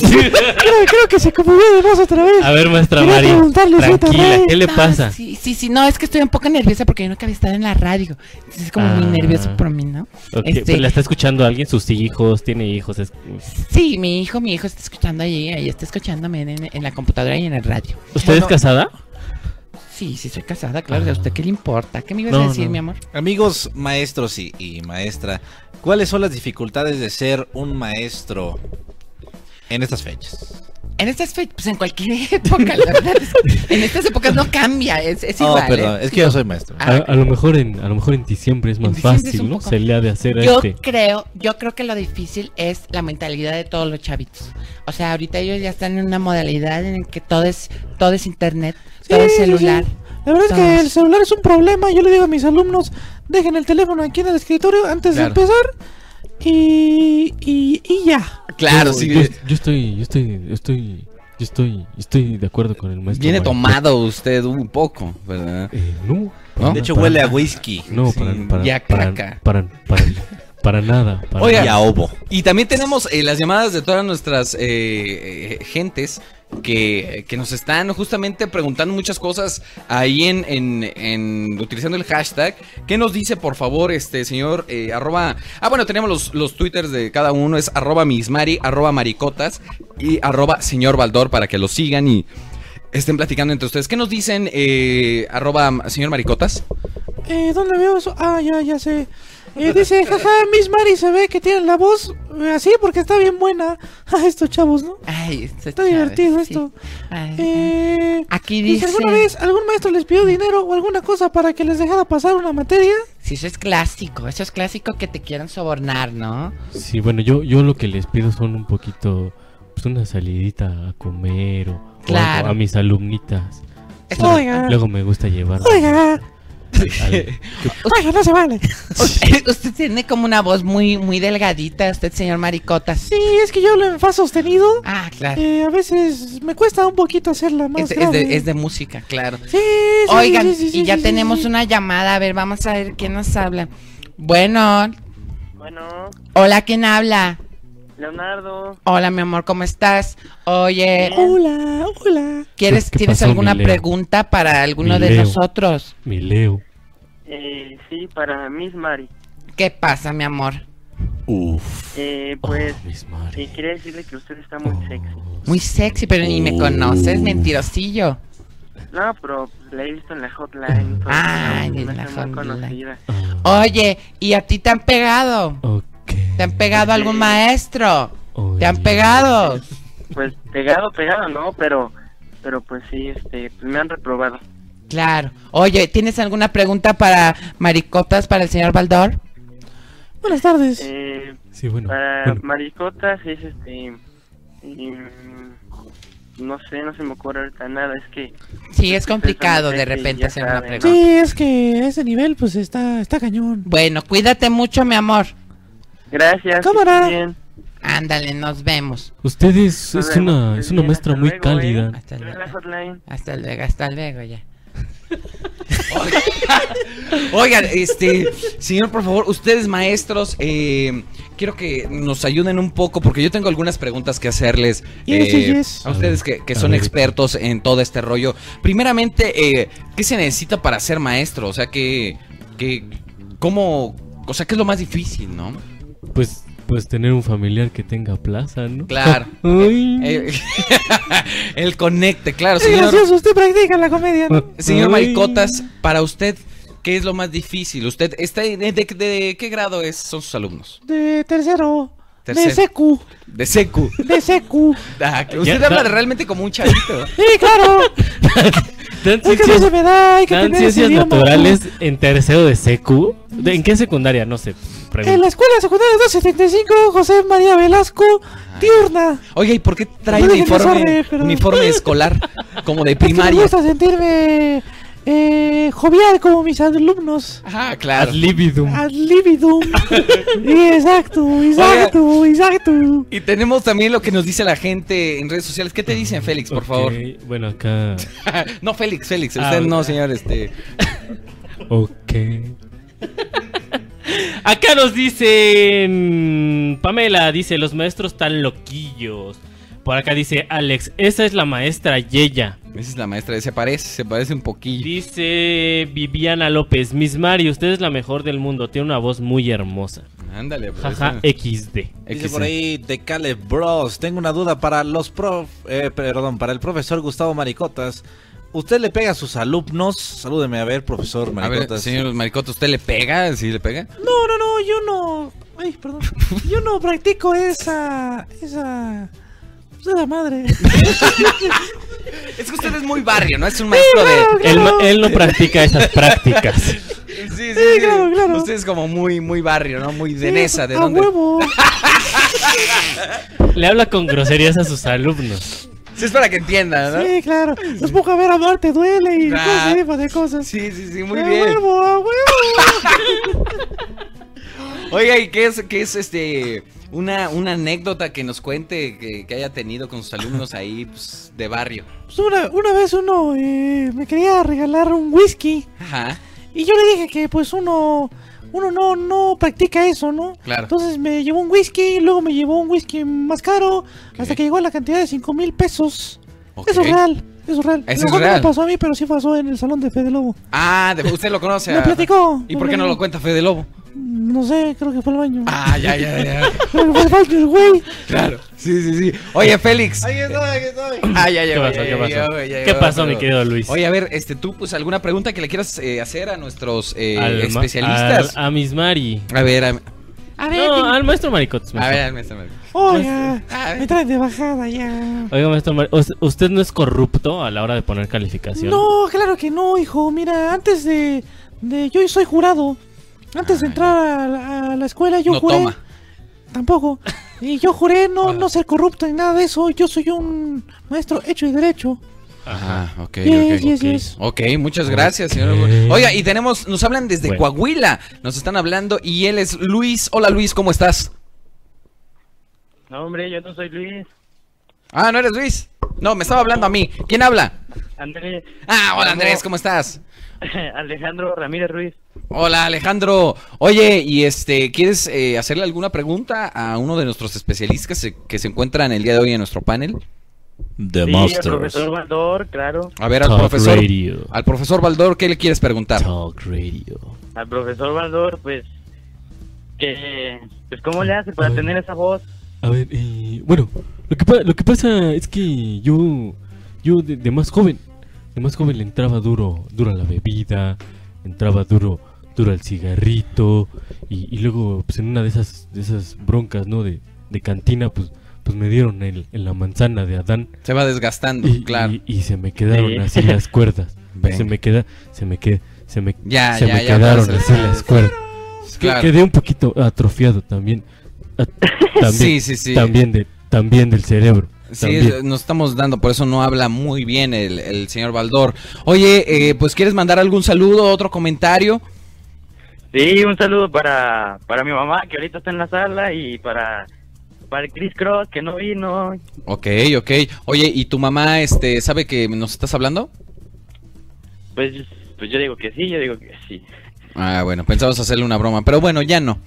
Speaker 15: creo, creo que se confundió de voz otra vez.
Speaker 9: A ver, maestra
Speaker 15: Quería
Speaker 9: Mari,
Speaker 15: preguntarle, Luisito
Speaker 9: tranquila,
Speaker 15: Rey.
Speaker 9: ¿qué le
Speaker 18: No,
Speaker 9: pasa?
Speaker 18: Ah, Sí, sí, sí, no, es que estoy un poco nerviosa porque yo nunca había estado en la radio. Entonces es como muy
Speaker 9: Ah.
Speaker 18: nervioso por mí, ¿no?
Speaker 9: Ok,
Speaker 18: Este,
Speaker 9: pero ¿La está escuchando alguien? ¿Sus hijos? ¿Tiene hijos? Es-
Speaker 18: Sí, mi hijo, mi hijo está escuchando ahí, ahí está escuchándome en, en la computadora y en el radio.
Speaker 9: ¿Usted es casada?
Speaker 18: Sí, sí, soy casada, claro. ¿A usted qué le importa? ¿Qué me ibas a
Speaker 7: No,
Speaker 18: decir,
Speaker 7: no.
Speaker 18: mi amor?
Speaker 7: Amigos maestros y, y maestra, ¿cuáles son las dificultades de ser un maestro en estas fechas?
Speaker 18: En estas fechas, pues en cualquier época, la verdad. es que en estas épocas no cambia, es, es
Speaker 7: Oh,
Speaker 18: igual. ¿eh? Ah,
Speaker 7: perdón, es que yo soy maestro.
Speaker 9: A,
Speaker 15: Ah,
Speaker 9: a lo mejor en, a lo mejor en diciembre es más
Speaker 18: diciembre es
Speaker 9: fácil,
Speaker 18: un
Speaker 9: ¿no?
Speaker 18: poco-
Speaker 9: Se le ha de
Speaker 15: ah,
Speaker 9: hacer a
Speaker 18: Yo
Speaker 9: este.
Speaker 18: creo, yo creo que lo difícil es la mentalidad de todos los chavitos. O sea, ahorita ellos ya están en una modalidad en que todo es, todo es internet, todo es
Speaker 15: Sí, sí, sí.
Speaker 18: celular.
Speaker 15: La verdad es que
Speaker 18: Todos.
Speaker 15: el celular es un problema. Yo le digo a mis alumnos, dejen el teléfono aquí en el escritorio antes
Speaker 9: Claro.
Speaker 15: de empezar. Y, y, y ya.
Speaker 4: Claro,
Speaker 9: Yo-
Speaker 4: sí. eh.
Speaker 9: Yo, yo estoy, yo estoy, yo estoy, yo estoy, estoy de acuerdo con el maestro.
Speaker 4: Viene
Speaker 9: Mari.
Speaker 4: tomado usted un poco, ¿verdad?
Speaker 9: no.
Speaker 4: ¿No?
Speaker 7: De hecho, huele a whisky.
Speaker 9: No,
Speaker 4: Sí,
Speaker 9: para, para,
Speaker 4: y a
Speaker 9: para,
Speaker 4: caca.
Speaker 9: para, para, para nada. Para
Speaker 4: Oiga,
Speaker 9: nada.
Speaker 4: Y también tenemos eh, las llamadas de todas nuestras eh, eh, gentes que, que nos están justamente preguntando muchas cosas ahí en, en- en- utilizando el hashtag. ¿Qué nos dice, por favor, este señor? eh, arroba. Ah, bueno, tenemos los, los twitters de cada uno. Es arroba mismari, arroba maricotas y arroba señor Baldor para que lo sigan y estén platicando entre ustedes. ¿Qué nos dicen, eh, arroba señor maricotas?
Speaker 15: Eh, ¿Dónde veo eso? Ah, ya, ya sé. Eh, dice, jaja, Miss Mari se ve que tiene la voz eh, así porque está bien buena. Ah, estos chavos, ¿no?
Speaker 18: Ay, esto
Speaker 15: Está
Speaker 18: es
Speaker 15: divertido
Speaker 18: Chávez, sí.
Speaker 15: esto.
Speaker 18: Ay,
Speaker 15: Eh,
Speaker 18: Aquí
Speaker 15: y si
Speaker 18: dice-
Speaker 15: alguna vez algún maestro les pidió dinero o alguna cosa para que les dejara pasar una materia.
Speaker 18: Sí, eso es clásico, eso es clásico que te quieran sobornar, ¿no?
Speaker 9: Sí, bueno, yo, yo lo que les pido son un poquito, pues una salidita a comer o, o algo
Speaker 18: Claro.
Speaker 9: a mis alumnitas.
Speaker 18: Es
Speaker 9: Sí,
Speaker 18: lo- Oiga.
Speaker 9: Luego me gusta llevar.
Speaker 15: Oiga.
Speaker 18: Oiga, no se vale. Usted, Eh, usted tiene como una voz muy, muy delgadita, usted, señor Maricotas.
Speaker 15: Sí, es que yo hablo en fa sostenido.
Speaker 18: Ah, claro.
Speaker 15: Eh, a veces me cuesta un poquito hacerla más
Speaker 18: Es, es de,
Speaker 15: grave.
Speaker 18: es de música, claro.
Speaker 15: Sí, sí,
Speaker 18: Oigan,
Speaker 15: sí, sí, sí,
Speaker 18: y ya
Speaker 15: sí, sí,
Speaker 18: tenemos
Speaker 15: sí.
Speaker 18: una llamada, a ver, vamos a ver quién nos habla. Bueno,
Speaker 19: Bueno,
Speaker 18: hola, ¿quién habla?
Speaker 19: Leonardo,
Speaker 18: Hola, mi amor, ¿cómo estás? Oye,
Speaker 10: Pues,
Speaker 15: Hola, hola.
Speaker 18: ¿quieres,
Speaker 9: ¿Qué- qué
Speaker 18: ¿tienes
Speaker 9: pasó,
Speaker 18: alguna
Speaker 9: mi Leo?
Speaker 18: pregunta para alguno de
Speaker 9: Leo.
Speaker 18: nosotros?
Speaker 9: Mi Leo.
Speaker 19: eh, sí, para Miss Mari.
Speaker 18: ¿Qué pasa, mi amor?
Speaker 4: Uf.
Speaker 19: Eh,
Speaker 9: Oh,
Speaker 19: pues,
Speaker 4: Oh,
Speaker 19: eh, quería decirle que usted está muy sexy.
Speaker 18: Muy sexy, pero ni
Speaker 9: Oh.
Speaker 18: me conoces, mentirosillo.
Speaker 19: No, pero pues, la he visto en la hotline.
Speaker 18: Ay,
Speaker 19: en
Speaker 18: Ah, en la hotline.
Speaker 19: conocida.
Speaker 9: Ah,
Speaker 18: Oye, ¿y a ti te han pegado? ¿Te han pegado algún maestro? ¿Te han pegado?
Speaker 19: Pues pegado, pegado, no, pero, pero pues sí, este, pues, me han reprobado.
Speaker 18: Claro. Oye, ¿tienes alguna pregunta para Maricotas, para el señor Baldor?
Speaker 15: Buenas tardes.
Speaker 19: Eh,
Speaker 9: Sí, bueno,
Speaker 19: Para
Speaker 9: bueno.
Speaker 19: maricotas es este. mm, no sé, no se me ocurre ahorita nada. Es que.
Speaker 18: Sí,
Speaker 19: Pues,
Speaker 18: es complicado de
Speaker 19: Ustedes son
Speaker 18: repente
Speaker 19: ya
Speaker 18: hacer una
Speaker 19: saben.
Speaker 18: pregunta.
Speaker 15: Sí, es que a ese nivel pues está, está cañón.
Speaker 18: Bueno, cuídate mucho, mi amor.
Speaker 19: Gracias.
Speaker 15: Cámara.
Speaker 18: Ándale, nos vemos.
Speaker 9: Usted es,
Speaker 18: Nos
Speaker 9: es
Speaker 18: vemos,
Speaker 9: una, es una maestra muy
Speaker 4: ¿eh?
Speaker 9: cálida.
Speaker 18: Hasta luego. Hasta luego, hasta luego ya.
Speaker 4: Oigan, este, señor, por favor, ustedes maestros, eh, quiero que nos ayuden un poco porque yo tengo algunas preguntas que hacerles
Speaker 11: Yes,
Speaker 4: eh,
Speaker 11: yes, yes.
Speaker 4: a ustedes que, que son
Speaker 11: ver.
Speaker 4: expertos en todo este rollo. Primeramente, eh, ¿qué se necesita para ser maestro? O sea, que, que, ¿cómo? O sea, ¿qué es lo más difícil, no?
Speaker 9: Pues, pues tener un familiar que tenga plaza, ¿no?
Speaker 4: Claro.
Speaker 9: Ay.
Speaker 4: Eh, el conecte, claro,
Speaker 15: Es
Speaker 4: señor.
Speaker 15: gracioso, usted practica la comedia, ¿no?
Speaker 4: Señor
Speaker 15: Ay.
Speaker 4: Maricotas, para usted, ¿qué es lo más difícil? ¿Usted está de, de- de qué grado es, son sus alumnos?
Speaker 15: De tercero.
Speaker 19: Pues
Speaker 15: De
Speaker 4: Tercero.
Speaker 15: secu.
Speaker 4: De secu.
Speaker 15: De secu.
Speaker 4: Ah, que usted
Speaker 9: Ya,
Speaker 4: habla
Speaker 9: da-
Speaker 4: de realmente como un chavito.
Speaker 15: Sí, claro.
Speaker 9: Dan
Speaker 15: Es que no se me da, hay que
Speaker 9: dan
Speaker 15: tener ese
Speaker 9: ciencias
Speaker 15: idioma.
Speaker 9: naturales en tercero de secu. ¿De- ¿En qué secundaria? No sé.
Speaker 15: En
Speaker 9: Pregunta.
Speaker 15: la escuela secundaria 275, José María Velasco, diurna.
Speaker 4: Oye, ¿y por qué trae
Speaker 15: Yo dije
Speaker 4: uniforme,
Speaker 15: desorden, pero-
Speaker 4: uniforme escolar? Como de
Speaker 15: Es que me
Speaker 4: primaria.
Speaker 15: gusta sentirme eh, jovial como mis alumnos.
Speaker 4: Ah, claro.
Speaker 9: Ad libidum.
Speaker 15: Ad libidum. Sí, exacto, exacto, exacto.
Speaker 4: Y tenemos también lo que nos dice la gente en redes sociales. ¿Qué te dicen, Félix, por favor?
Speaker 9: Ok, Bueno, acá.
Speaker 4: no, Félix, Félix.
Speaker 9: Ah,
Speaker 4: Usted no,
Speaker 9: ok.
Speaker 4: señor, este.
Speaker 9: Ok. Acá nos dicen. Pamela dice: Los maestros tan loquillos. Por acá dice Alex: Esa es la maestra Yeya.
Speaker 4: Esa es la maestra, se parece, se parece un poquillo.
Speaker 9: Dice Viviana López: Miss Mari, usted es la mejor del mundo. Tiene una voz muy hermosa.
Speaker 4: Ándale, pues,
Speaker 9: Jaja, XD.
Speaker 7: Dice por ahí de Caleb Bros. Tengo una duda para los prof, eh, perdón, para el profesor Gustavo Maricotas. ¿Usted le pega a sus alumnos? Salúdeme a ver, profesor
Speaker 4: A ver,
Speaker 7: Maricotas.
Speaker 4: señor Maricotas, ¿usted le pega? ¿Sí le pega?
Speaker 15: No, no, no, yo no. Ay, perdón. Yo no practico esa. Esa. De la madre.
Speaker 4: Es que usted es muy barrio, ¿no? Es un maestro de.
Speaker 9: Él, ma- él no practica esas prácticas.
Speaker 4: Sí, sí, sí. Usted es como muy, muy barrio, ¿no? Muy de Nesa, ¿de
Speaker 15: a
Speaker 4: dónde?
Speaker 15: huevo.
Speaker 9: Le habla con groserías a sus alumnos.
Speaker 4: Sí, es para que entienda, ¿no?
Speaker 15: Sí, claro. Los pongo a ver amar te duele y
Speaker 4: Ah.
Speaker 15: todo ese tipo de cosas.
Speaker 4: Sí, sí, sí, muy
Speaker 15: a
Speaker 4: bien.
Speaker 15: Huevo, a huevo.
Speaker 4: Oiga, ¿y qué es, qué es este una, una anécdota que nos cuente que, que haya tenido con sus alumnos ahí pues, de barrio?
Speaker 15: Pues una, una vez uno eh, me quería regalar un whisky.
Speaker 4: Ajá.
Speaker 15: Y yo le dije que pues uno uno no, no practica eso, ¿no?
Speaker 4: Claro.
Speaker 15: Entonces me llevó un whisky, luego me llevó un whisky más caro, hasta que llegó a la cantidad de 5 mil pesos. Eso es real, eso es real.
Speaker 4: Eso
Speaker 15: A lo
Speaker 4: es
Speaker 15: mejor no
Speaker 4: real.
Speaker 15: me pasó a mí, pero sí pasó en el salón de Fede Lobo.
Speaker 4: Ah, de- usted lo conoce.
Speaker 15: Lo
Speaker 4: ah.
Speaker 15: platicó,
Speaker 4: ¿Y
Speaker 15: lo
Speaker 4: por qué no
Speaker 15: platicó.
Speaker 4: lo cuenta Fede Lobo?
Speaker 15: No sé, creo que fue al baño.
Speaker 4: Ah, ya, ya, ya.
Speaker 15: Creo que fue al baño el güey.
Speaker 4: Claro. Sí, sí, sí. Oye, Félix. Ahí
Speaker 7: estoy, ahí estoy.
Speaker 4: Ah, ya
Speaker 9: ¿Qué
Speaker 4: llegó.
Speaker 9: pasó,
Speaker 4: ya
Speaker 9: qué pasó?
Speaker 4: llegó, ya
Speaker 9: ¿Qué
Speaker 4: llegó,
Speaker 9: pasó,
Speaker 4: pero-
Speaker 9: mi querido Luis?
Speaker 4: Oye, a ver, este, tú, pues, alguna pregunta que le quieras eh, hacer a nuestros eh,
Speaker 9: Al ma-
Speaker 4: especialistas.
Speaker 9: al- a Miss Mari.
Speaker 4: A ver, a,
Speaker 9: A ver, no, al maestro Maricotes.
Speaker 4: a
Speaker 9: mejor.
Speaker 4: ver, maestro.
Speaker 15: Oiga, me traen de bajada ya.
Speaker 9: Oiga, maestro Mari, ¿us- ¿usted no es corrupto a la hora de poner calificación?
Speaker 15: No, claro que no, hijo. Mira, antes de. de yo soy jurado. Antes de entrar a la, a la escuela, yo
Speaker 4: No
Speaker 15: juré.
Speaker 4: toma.
Speaker 15: Tampoco. Y yo juré no, no ser corrupto ni nada de eso. Yo soy un maestro hecho y derecho.
Speaker 4: Ajá, Ah, ok,
Speaker 15: Yes,
Speaker 4: ok.
Speaker 15: yes, yes.
Speaker 4: Ok, muchas gracias, señor. Oiga, y tenemos, nos hablan desde
Speaker 9: Bueno.
Speaker 4: Coahuila, nos están hablando y él es Luis. Hola Luis, ¿cómo estás?
Speaker 19: No, hombre, yo no soy Luis.
Speaker 4: Ah, ¿no eres Luis? No, me estaba hablando a mí. ¿Quién habla?
Speaker 19: Andrés.
Speaker 4: Ah, hola
Speaker 19: Llamo
Speaker 4: Andrés, ¿cómo estás?
Speaker 19: Alejandro Ramírez Ruiz.
Speaker 4: Hola Alejandro. Oye, y este, ¿quieres eh, hacerle alguna pregunta a uno de nuestros especialistas que se, que se encuentran el día de hoy en nuestro panel?
Speaker 19: Sí, el profesor Valdor, claro.
Speaker 4: A ver, al
Speaker 9: Talk
Speaker 4: profesor.
Speaker 9: radio.
Speaker 4: Al profesor Baldor, ¿qué le quieres preguntar?
Speaker 9: Talk radio.
Speaker 19: Al profesor Valdor, pues, que, pues, ¿cómo le hace para tener esa voz?
Speaker 9: A ver, eh, bueno, lo que, pa- lo que pasa es que yo, yo de, de más joven, de más joven le entraba duro, duro a la bebida, entraba duro, duro al cigarrito, y, y luego, pues en una de esas, de esas broncas, ¿no? De, de cantina, pues, pues me dieron el, en la manzana de Adán.
Speaker 4: Se va desgastando,
Speaker 9: Y-
Speaker 4: claro.
Speaker 9: Y, y se me quedaron
Speaker 4: Sí.
Speaker 9: así las cuerdas.
Speaker 4: Venga.
Speaker 9: Se me queda, se me queda, se me,
Speaker 4: Ya,
Speaker 9: se
Speaker 4: ya,
Speaker 9: me
Speaker 4: ya,
Speaker 9: quedaron
Speaker 4: pasa.
Speaker 9: así las cuerdas. Que-
Speaker 4: Claro.
Speaker 9: Quedé un poquito atrofiado también. A- también
Speaker 4: Sí, sí, sí.
Speaker 9: También, de, también del cerebro.
Speaker 4: Sí,
Speaker 9: también.
Speaker 4: eh, nos estamos dando, por eso no habla muy bien el, el señor Baldor. Oye, eh, pues ¿quieres mandar algún saludo, otro comentario?
Speaker 19: Sí, un saludo para, para mi mamá, que ahorita está en la sala, y para, para el Chris Cross, que no vino.
Speaker 4: Ok, ok. Oye, ¿y tu mamá este, sabe que nos estás hablando?
Speaker 19: Pues, pues yo digo que sí, yo digo que sí.
Speaker 4: Ah, bueno, pensamos hacerle una broma, pero bueno, ya no.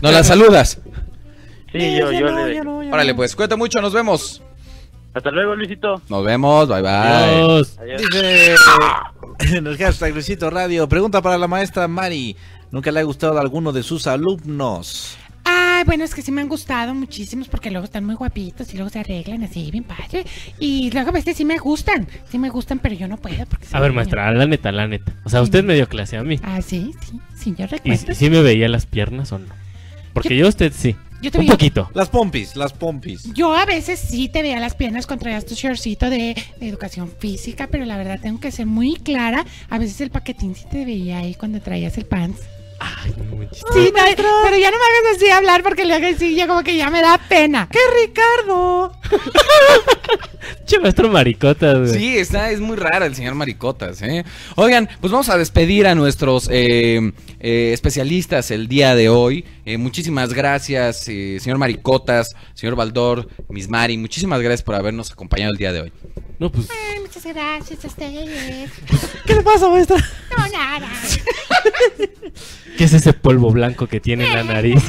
Speaker 4: No la saludas.
Speaker 19: Sí, yo, yo le
Speaker 4: Órale, pues, cuenta mucho, nos vemos.
Speaker 19: Hasta luego, Luisito.
Speaker 4: Nos vemos, bye bye.
Speaker 9: Adiós.
Speaker 7: Dice en el hashtag Luisito Radio, pregunta para la maestra Mari. ¿Nunca le ha gustado a alguno de sus alumnos?
Speaker 18: Ay, bueno, es que sí me han gustado muchísimos porque luego están muy guapitos y luego se arreglan así, bien padre. Y luego a veces sí me gustan, sí me gustan, pero yo no puedo porque...
Speaker 9: A ver, maestra, la neta, la neta. O sea, usted me dio clase a mí.
Speaker 18: Ah, sí, sí, sí, yo
Speaker 9: ¿Y,
Speaker 18: recuerdo.
Speaker 9: si sí me veía las piernas o no? Porque yo, a usted sí.
Speaker 18: yo te
Speaker 9: un
Speaker 18: veía-
Speaker 9: poquito.
Speaker 7: Las pompis, las pompis.
Speaker 18: Yo a veces sí te veía las piernas contra tu shortcito de, de educación física, pero la verdad tengo que ser muy clara. A veces el paquetín sí te veía ahí cuando traías el pants. Sí, no, pero ya no me hagas así hablar porque luego sí, yo como que ya me da pena. ¡Qué Ricardo!
Speaker 9: Che, maestro maricota, güey.
Speaker 4: Sí, está, es muy rara el señor Maricotas, ¿eh? Oigan, pues vamos a despedir a nuestros eh, eh, especialistas el día de hoy. Eh, muchísimas gracias, eh, señor Maricotas, señor Baldor, Miss Mari. Muchísimas gracias por habernos acompañado el día de hoy.
Speaker 9: No, pues.
Speaker 18: Ay, muchas gracias a ustedes.
Speaker 15: ¿Qué le pasa, maestra?
Speaker 18: No, nada.
Speaker 9: ¿Qué es ese polvo blanco que tiene en la nariz?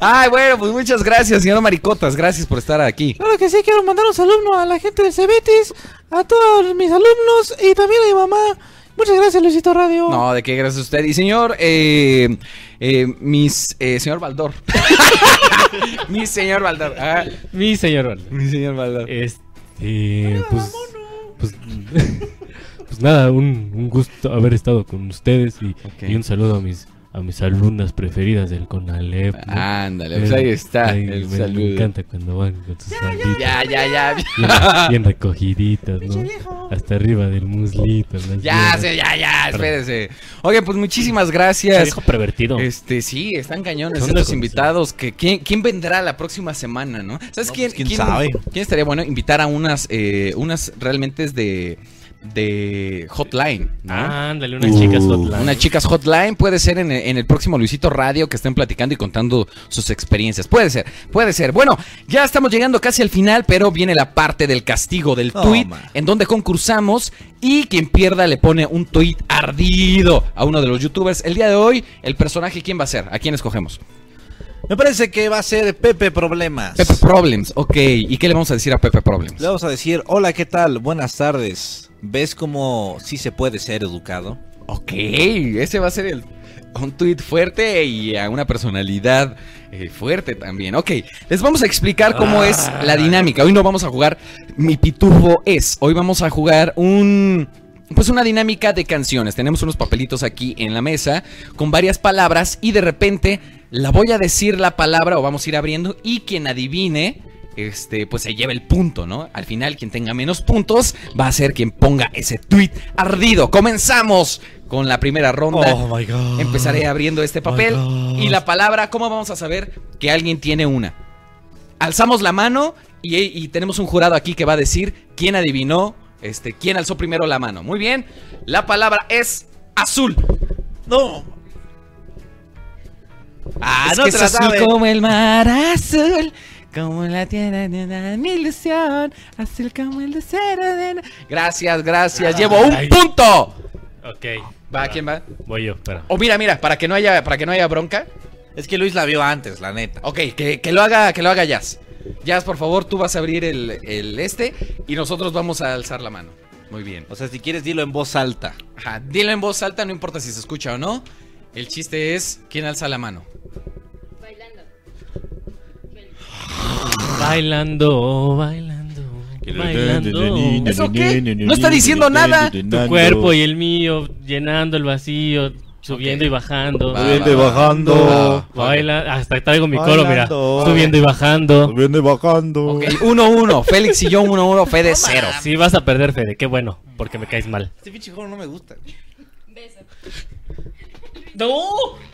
Speaker 4: Ay, bueno, pues muchas gracias, señor Maricotas. Gracias por estar aquí.
Speaker 15: Claro que sí, quiero mandar un saludo a la gente del Cebetis, a todos mis alumnos y también a mi mamá. Muchas gracias, Luisito Radio.
Speaker 4: No, de qué gracias a usted. Y señor, eh, eh, mis, eh, señor Baldor. mi señor Baldor. Ah,
Speaker 9: Mi señor Valdor.
Speaker 4: Mi señor Valdor.
Speaker 9: Este. Pues. Pues, pues nada, un, un gusto haber estado con ustedes y, y un saludo a mis a mis alumnas preferidas del Conalep. ¿no?
Speaker 4: Ándale, pues ahí está,
Speaker 9: Ay,
Speaker 4: el
Speaker 9: me,
Speaker 4: saludo.
Speaker 9: me encanta cuando van con sus falditas.
Speaker 4: ya, ya, ya.
Speaker 9: Bien, bien recogiditas, ¿no? Hasta arriba del muslito. las
Speaker 4: Ya,
Speaker 9: viejas.
Speaker 4: se- ya, ya,
Speaker 9: Perdón.
Speaker 4: espérese. Oye, pues muchísimas gracias.
Speaker 9: Se dijo pervertido.
Speaker 4: Este, sí, están cañones
Speaker 9: Son
Speaker 4: estos
Speaker 9: desconocidos.
Speaker 4: invitados. Que, ¿quién, quién vendrá la próxima semana, no? ¿Sabes quién,
Speaker 7: quién sabe.
Speaker 4: quién estaría bueno invitar a unas, eh, unas realmente es de, de hotline? ¿no?
Speaker 9: Ah, ándale, unas chicas hotline.
Speaker 4: Unas chicas hotline puede ser en, en el próximo Luisito Radio que estén platicando y contando sus experiencias. Puede ser, puede ser. Bueno, ya estamos llegando casi al final, pero viene la parte del castigo, del
Speaker 7: Toma.
Speaker 4: tweet, en donde concursamos y quien pierda le pone un tweet ardido a uno de los youtubers. El día de hoy, el personaje, ¿quién va a ser? ¿A quién escogemos?
Speaker 7: Me parece que va a ser Pepe Problemas.
Speaker 4: Pepe Problems, ok. ¿Y qué le vamos a decir a Pepe Problems?
Speaker 7: Le vamos a decir, hola, ¿qué tal? Buenas tardes. ¿Ves cómo sí se puede ser educado?
Speaker 4: Ok, ese va a ser el, un tweet fuerte y a una personalidad eh, fuerte también. Ok, les vamos a explicar cómo
Speaker 11: Ah.
Speaker 4: es la dinámica. Hoy no vamos a jugar mi piturbo es. Hoy vamos a jugar un... Pues una dinámica de canciones. Tenemos unos papelitos aquí en la mesa con varias palabras y de repente la voy a decir la palabra o vamos a ir abriendo y quien adivine, este, pues se lleva el punto, ¿no? Al final quien tenga menos puntos va a ser quien ponga ese tweet ardido. Comenzamos con la primera ronda.
Speaker 7: Oh, my God.
Speaker 18: Ah,
Speaker 4: Empezaré abriendo este papel
Speaker 7: Oh, my God.
Speaker 4: y la palabra. ¿Cómo vamos a saber que alguien tiene una? Alzamos la mano y, y tenemos un jurado aquí que va a decir quién adivinó, este, quién alzó primero la mano. Muy bien. La palabra es azul.
Speaker 7: No.
Speaker 4: Ah,
Speaker 13: no te la sabe.
Speaker 4: como el mar azul.
Speaker 18: Como la tierra de mi ilusión, azul como el desierto de... Ah.
Speaker 4: Gracias, gracias. Llevo un punto.
Speaker 9: Ok.
Speaker 4: Va, ¿quién va?
Speaker 9: Voy yo, espera.
Speaker 4: O Oh, mira, mira, para que no haya, para que no haya bronca.
Speaker 7: Es que Luis la vio antes, la neta.
Speaker 4: Ok, que, que lo haga, que lo haga Jazz. Jazz, por favor, tú vas a abrir el, el este y nosotros vamos a alzar la mano. Muy bien.
Speaker 7: O sea, si quieres, dilo en voz alta.
Speaker 4: Ajá, dilo en voz alta, no importa si se escucha o no. El chiste es, ¿quién alza la mano?
Speaker 9: Bailando, bailando. Bailando.
Speaker 4: ¿Eso qué? No está diciendo nada.
Speaker 9: Tu cuerpo y el mío llenando el vacío, subiendo y bajando.
Speaker 4: Va, Subiendo y va, va. bajando. Va, va.
Speaker 9: Baila, hasta traigo mi coro, mira.
Speaker 4: Bailando.
Speaker 9: Subiendo y bajando. Subiendo y bajando.
Speaker 4: Ok, 1-1. Félix y yo 1-1. Fede 0.
Speaker 9: Sí, vas a perder, Fede. Qué bueno, porque me caes mal.
Speaker 11: Este pinche juego no me gusta.
Speaker 17: ¡No!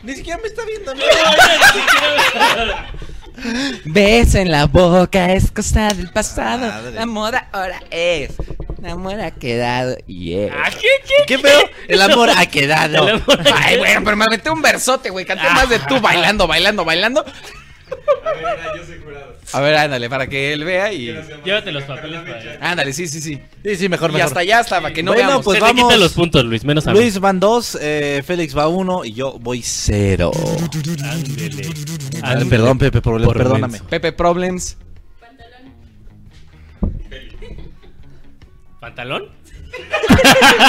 Speaker 17: Ni siquiera me está viendo.
Speaker 4: Beso en la boca es cosa del pasado. La moda ahora es. La moda ha quedado. Yeah.
Speaker 17: ¿Qué,
Speaker 4: ¿Qué feo? El amor ha quedado.
Speaker 17: El amor ha
Speaker 4: Ay, bueno, pero me metí un versote, güey. Canté más de tú bailando, bailando, bailando. A ver, ándale, para que él vea y.
Speaker 9: Llévate los papeles para allá.
Speaker 4: Ándale, sí, sí, sí.
Speaker 7: Sí, sí, mejor,
Speaker 4: Y
Speaker 7: mejor.
Speaker 4: hasta allá, hasta para que no
Speaker 7: Bueno,
Speaker 4: veamos.
Speaker 7: pues
Speaker 4: Se le quita
Speaker 7: vamos.
Speaker 9: los puntos, Luis, menos a mí.
Speaker 7: Luis van 2, Félix va 1 y yo voy 0.
Speaker 4: Ándele.
Speaker 7: Ah, Perdón, Pepe, Problem,
Speaker 4: Por
Speaker 7: perdóname.
Speaker 4: Pepe Problems.
Speaker 9: ¿Pantalón?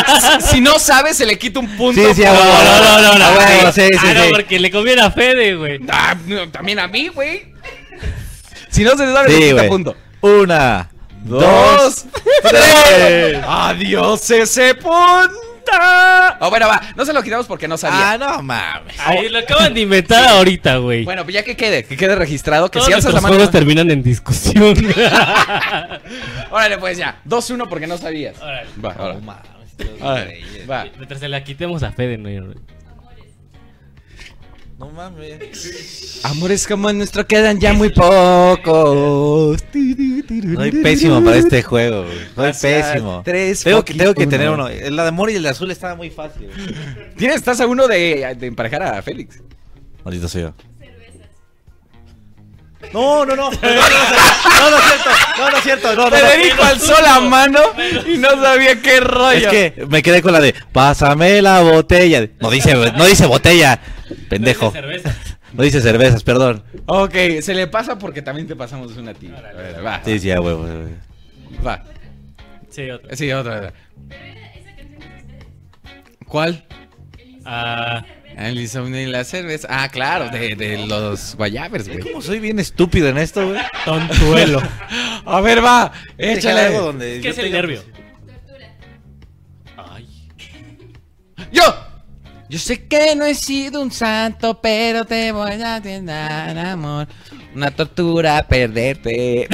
Speaker 4: Ah, si no sabe, se le quita un punto.
Speaker 9: Sí, sí,
Speaker 4: por-
Speaker 9: ah, bueno, no, no, no, no,
Speaker 4: Ah, bueno,
Speaker 9: sí, sí, Ah, no, sí. porque le conviene a Fede, güey.
Speaker 4: Ah, no, también a mí, güey. Si no se le sabe, le
Speaker 7: Sí,
Speaker 4: quita
Speaker 7: güey.
Speaker 4: punto.
Speaker 7: Una, dos,
Speaker 4: Dos, tres. Adiós ese punta. Oh, bueno, va. No se lo quitamos porque no sabía.
Speaker 7: Ah, no mames.
Speaker 9: Ahí lo acaban de inventar ahorita, güey.
Speaker 4: Bueno, pues ya que quede, que quede registrado, que
Speaker 9: Todos
Speaker 4: si alzas
Speaker 9: nuestros
Speaker 4: la mano.
Speaker 9: juegos terminan en discusión.
Speaker 4: Órale, pues ya. 2-1 porque no sabías.
Speaker 9: Órale.
Speaker 4: Va, órale. Órale, va.
Speaker 9: Mientras se la quitemos a Fede, no.
Speaker 7: No mames.
Speaker 4: Amores como el nuestro quedan ya muy pocos.
Speaker 7: Soy pésimo para este juego, güey. Soy
Speaker 4: Gracias.
Speaker 7: pésimo.
Speaker 4: Tres
Speaker 7: tengo, que,
Speaker 4: fucking
Speaker 7: tengo que
Speaker 4: uno.
Speaker 7: tener uno. El de amor y el de azul estaba muy fácil.
Speaker 4: Tienes, estás a uno de, de emparejar a Félix.
Speaker 7: Maldito sea. No, no, no. No, no, no, no, no es cierto. No, no es cierto. No, no, no.
Speaker 4: Federico alzó la mano y no sabía qué rollo.
Speaker 7: Es que me quedé con la de pásame la botella. No dice, no dice botella, pendejo. No dice cervezas, perdón.
Speaker 4: Ok, se le pasa porque también te pasamos una tía. Va,
Speaker 7: Sí, sí, a huevo. a huevo.
Speaker 4: va.
Speaker 9: Sí, otra.
Speaker 4: Sí, otra. otra. ¿Cuál?
Speaker 9: Ah.
Speaker 4: El insomnio y la cerveza. Ah, claro, de, de los guayabers, güey.
Speaker 7: Como soy bien estúpido en esto, güey.
Speaker 9: Tontuelo.
Speaker 4: A ver, va.
Speaker 7: Déjale
Speaker 4: Échale.
Speaker 7: algo donde
Speaker 9: ¿Qué
Speaker 7: yo
Speaker 9: es el
Speaker 7: tenga-
Speaker 9: nervio?
Speaker 4: ¡Yo!
Speaker 3: Yo sé que no he sido un santo, pero te voy a atender, amor.
Speaker 4: Una tortura perderte.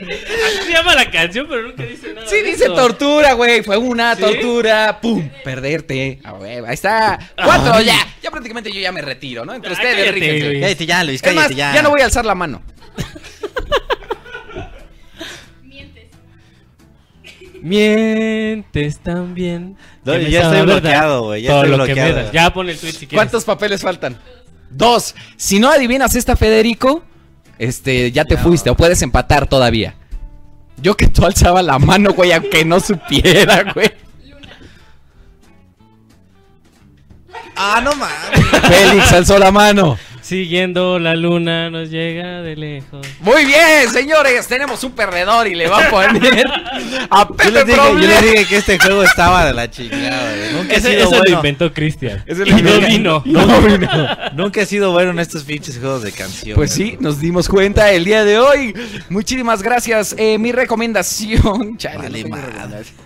Speaker 9: Así se llama la canción, pero nunca dice nada.
Speaker 4: Sí,
Speaker 9: de
Speaker 4: dice
Speaker 9: eso.
Speaker 4: tortura, güey. Fue una
Speaker 9: ¿Sí?
Speaker 4: tortura. ¡Pum! Perderte. A huevo, Ahí está. Cuatro,
Speaker 9: Ay.
Speaker 4: ya. Ya prácticamente yo ya me retiro, ¿no? Entre
Speaker 9: Ah,
Speaker 4: ustedes,
Speaker 9: cállate,
Speaker 4: ríjense.
Speaker 9: Luis.
Speaker 7: Cállate ya, Luis,
Speaker 4: Es más,
Speaker 7: cállate ya.
Speaker 4: ya no voy a alzar la mano.
Speaker 9: Mientes también.
Speaker 7: No,
Speaker 9: Que me
Speaker 7: ya
Speaker 9: sabe
Speaker 7: estoy
Speaker 9: verdad
Speaker 7: bloqueado, güey, ya
Speaker 9: todo
Speaker 7: estoy
Speaker 9: lo que me
Speaker 7: bloqueado.
Speaker 9: das. Ya pon el tweet si quieres.
Speaker 4: ¿Cuántos papeles faltan? Dos. Si no adivinas esta, Federico, este, ya te fuiste o puedes empatar todavía. Yo que tú alzaba la mano, güey, aunque no supiera, güey.
Speaker 7: Ah, no mames.
Speaker 4: Félix alzó la mano.
Speaker 9: Siguiendo la luna nos llega de lejos.
Speaker 4: Muy bien, señores, tenemos un perdedor y le va a poner a
Speaker 7: Yo
Speaker 4: Pepe
Speaker 7: les, dije, yo les
Speaker 4: Problem.
Speaker 7: dije que este juego estaba de la chingada, güey. Nunca he
Speaker 9: Ese-
Speaker 7: sido
Speaker 9: eso lo
Speaker 7: bueno.
Speaker 9: inventó Cristian.
Speaker 4: Ese
Speaker 9: Y no vino. No vino.
Speaker 7: Nunca he sido bueno en estos pinches juegos de canción.
Speaker 4: Pues sí, nos dimos cuenta el día de hoy. Muchísimas gracias. Eh, mi recomendación. Chale, no tengo recomendación.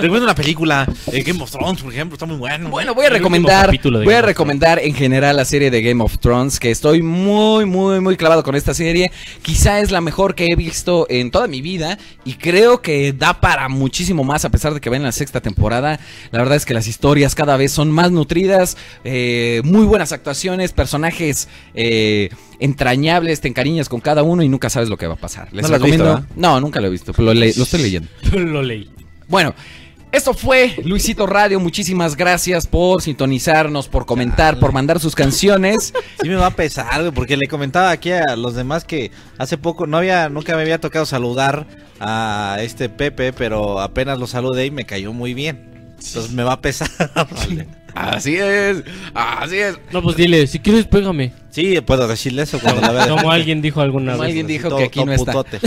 Speaker 7: Recuerdo una película, eh, Game of Thrones, por ejemplo, está muy bueno.
Speaker 4: Bueno, voy a recomendar, voy a recomendar en general la serie de Game of Thrones, que estoy muy, muy, muy clavado con esta serie. Quizá es la mejor que he visto en toda mi vida y creo que da para muchísimo más a pesar de que va en la sexta temporada. La verdad es que las historias cada vez son más nutridas, eh, muy buenas actuaciones, personajes eh, entrañables, te encariñas con cada uno y nunca sabes lo que va a pasar. Les
Speaker 7: ¿No la has
Speaker 4: recomiendo-
Speaker 7: visto,
Speaker 4: no, nunca lo he visto, lo le- lo estoy leyendo.
Speaker 9: lo leí.
Speaker 4: Bueno, esto fue Luisito Radio. Muchísimas gracias por sintonizarnos, por comentar, por mandar sus canciones.
Speaker 7: Sí me va a pesar, güey, porque le comentaba aquí a los demás que hace poco no había, nunca me había tocado saludar a este Pepe, pero apenas lo saludé y me cayó muy bien. Entonces me va a pesar.
Speaker 4: Así es, así es.
Speaker 9: No, pues dile, si quieres pégame.
Speaker 7: Sí, puedo decirle eso cuando la vea. Pues,
Speaker 9: Como alguien dijo alguna
Speaker 4: Como
Speaker 9: vez.
Speaker 4: alguien dijo
Speaker 7: Todo-
Speaker 4: que aquí
Speaker 7: todo
Speaker 4: no está.
Speaker 7: putote.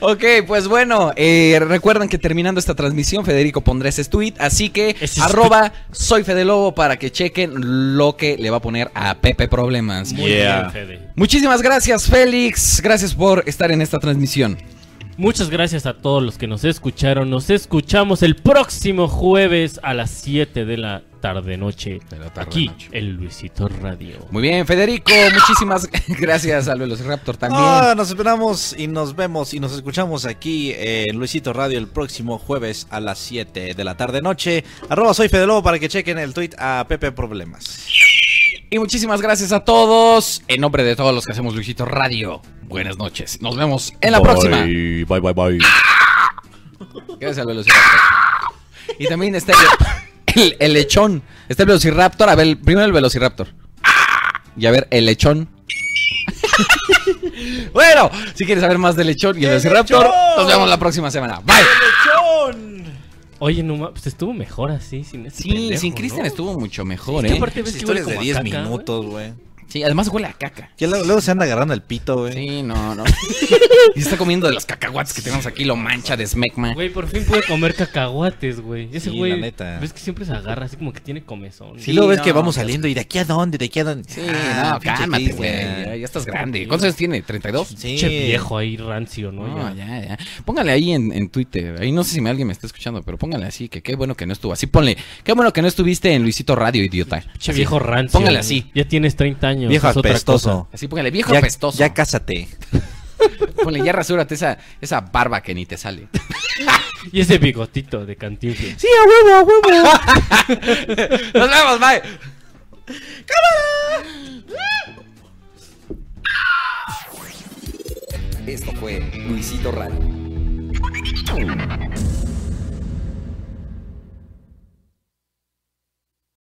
Speaker 4: Ok, pues bueno, eh, recuerden que terminando esta transmisión, Federico pondrá ese tweet. Así que arroba soy Fede Lobo para que chequen lo que le va a poner a Pepe Problemas.
Speaker 9: Muy bien, Fede.
Speaker 4: Muchísimas gracias, Félix. Gracias por estar en esta transmisión.
Speaker 9: Muchas gracias a todos los que nos escucharon. Nos escuchamos el próximo jueves a las 7 de la tarde noche. aquí en Luisito Radio.
Speaker 4: Muy bien, Federico. Muchísimas gracias a Velociraptor también.
Speaker 7: Ah, nos esperamos y nos vemos y nos escuchamos aquí en Luisito Radio el próximo jueves a las 7 de la tarde noche. Arroba soy Fede Lobo para que chequen el tweet a Pepe Problemas.
Speaker 4: Y muchísimas gracias a todos. En nombre de todos los que hacemos Luisito Radio, buenas noches. Nos vemos en la
Speaker 13: Bye.
Speaker 4: próxima. Ah.
Speaker 11: Bye, bye, bye.
Speaker 4: Gracias al Velociraptor. Y también está el, el- el lechón. Está el Velociraptor. A ver, el- primero el Velociraptor. Y a ver, el lechón. bueno, si quieres saber más del lechón y el Velociraptor,
Speaker 13: lechón!
Speaker 4: nos vemos la próxima semana. Bye.
Speaker 9: Oye, no ma- pues estuvo mejor así, sin este
Speaker 4: Sí,
Speaker 9: pendejo,
Speaker 4: sin Cristian
Speaker 9: ¿no?
Speaker 4: estuvo mucho mejor,
Speaker 9: Es que
Speaker 4: ¿eh?
Speaker 9: aparte ves
Speaker 4: Esas
Speaker 9: que huele como a caca,
Speaker 7: güey.
Speaker 4: Sí, además huele a caca.
Speaker 7: Que luego, luego se anda agarrando el pito, güey.
Speaker 4: Sí, no, no. y se está comiendo de los cacahuates que tenemos aquí, lo mancha de smegma.
Speaker 9: Güey, por fin pude comer cacahuates, güey. Ese
Speaker 4: Sí,
Speaker 9: güey.
Speaker 4: la neta.
Speaker 9: Ves que siempre se agarra, así como que tiene comezón.
Speaker 4: Sí, luego ves que vamos
Speaker 7: saliendo y de aquí a dónde, de aquí a dónde.
Speaker 4: Sí,
Speaker 9: Ah,
Speaker 4: no,
Speaker 9: pinche
Speaker 4: cálmate, güey.
Speaker 9: Cristian.
Speaker 4: Ya, ya estás grande. ¿Cuántos años tiene? ¿32?
Speaker 9: Sí. Che viejo ahí, rancio, ¿no?
Speaker 4: No, ya, ya. Póngale ahí en, en Twitter. Ahí no sé si me- alguien me está escuchando, pero póngale así, que qué bueno que no estuvo. Así ponle, qué bueno que no estuviste en Luisito Radio, idiota. Así.
Speaker 9: Che viejo rancio.
Speaker 4: Póngale
Speaker 9: güey.
Speaker 4: así.
Speaker 9: Ya tienes 30 años.
Speaker 7: Viejo
Speaker 9: es otra
Speaker 7: apestoso.
Speaker 9: cosa.
Speaker 4: Así póngale, viejo
Speaker 7: ya,
Speaker 4: apestoso.
Speaker 7: Ya cásate.
Speaker 4: Ponle, ya rasúrate esa, esa barba que ni te sale.
Speaker 9: Y ese bigotito de cantinflas.
Speaker 15: Sí, a huevo, a huevo.
Speaker 4: Nos vemos, bye.
Speaker 13: Esto fue Luisito Radio.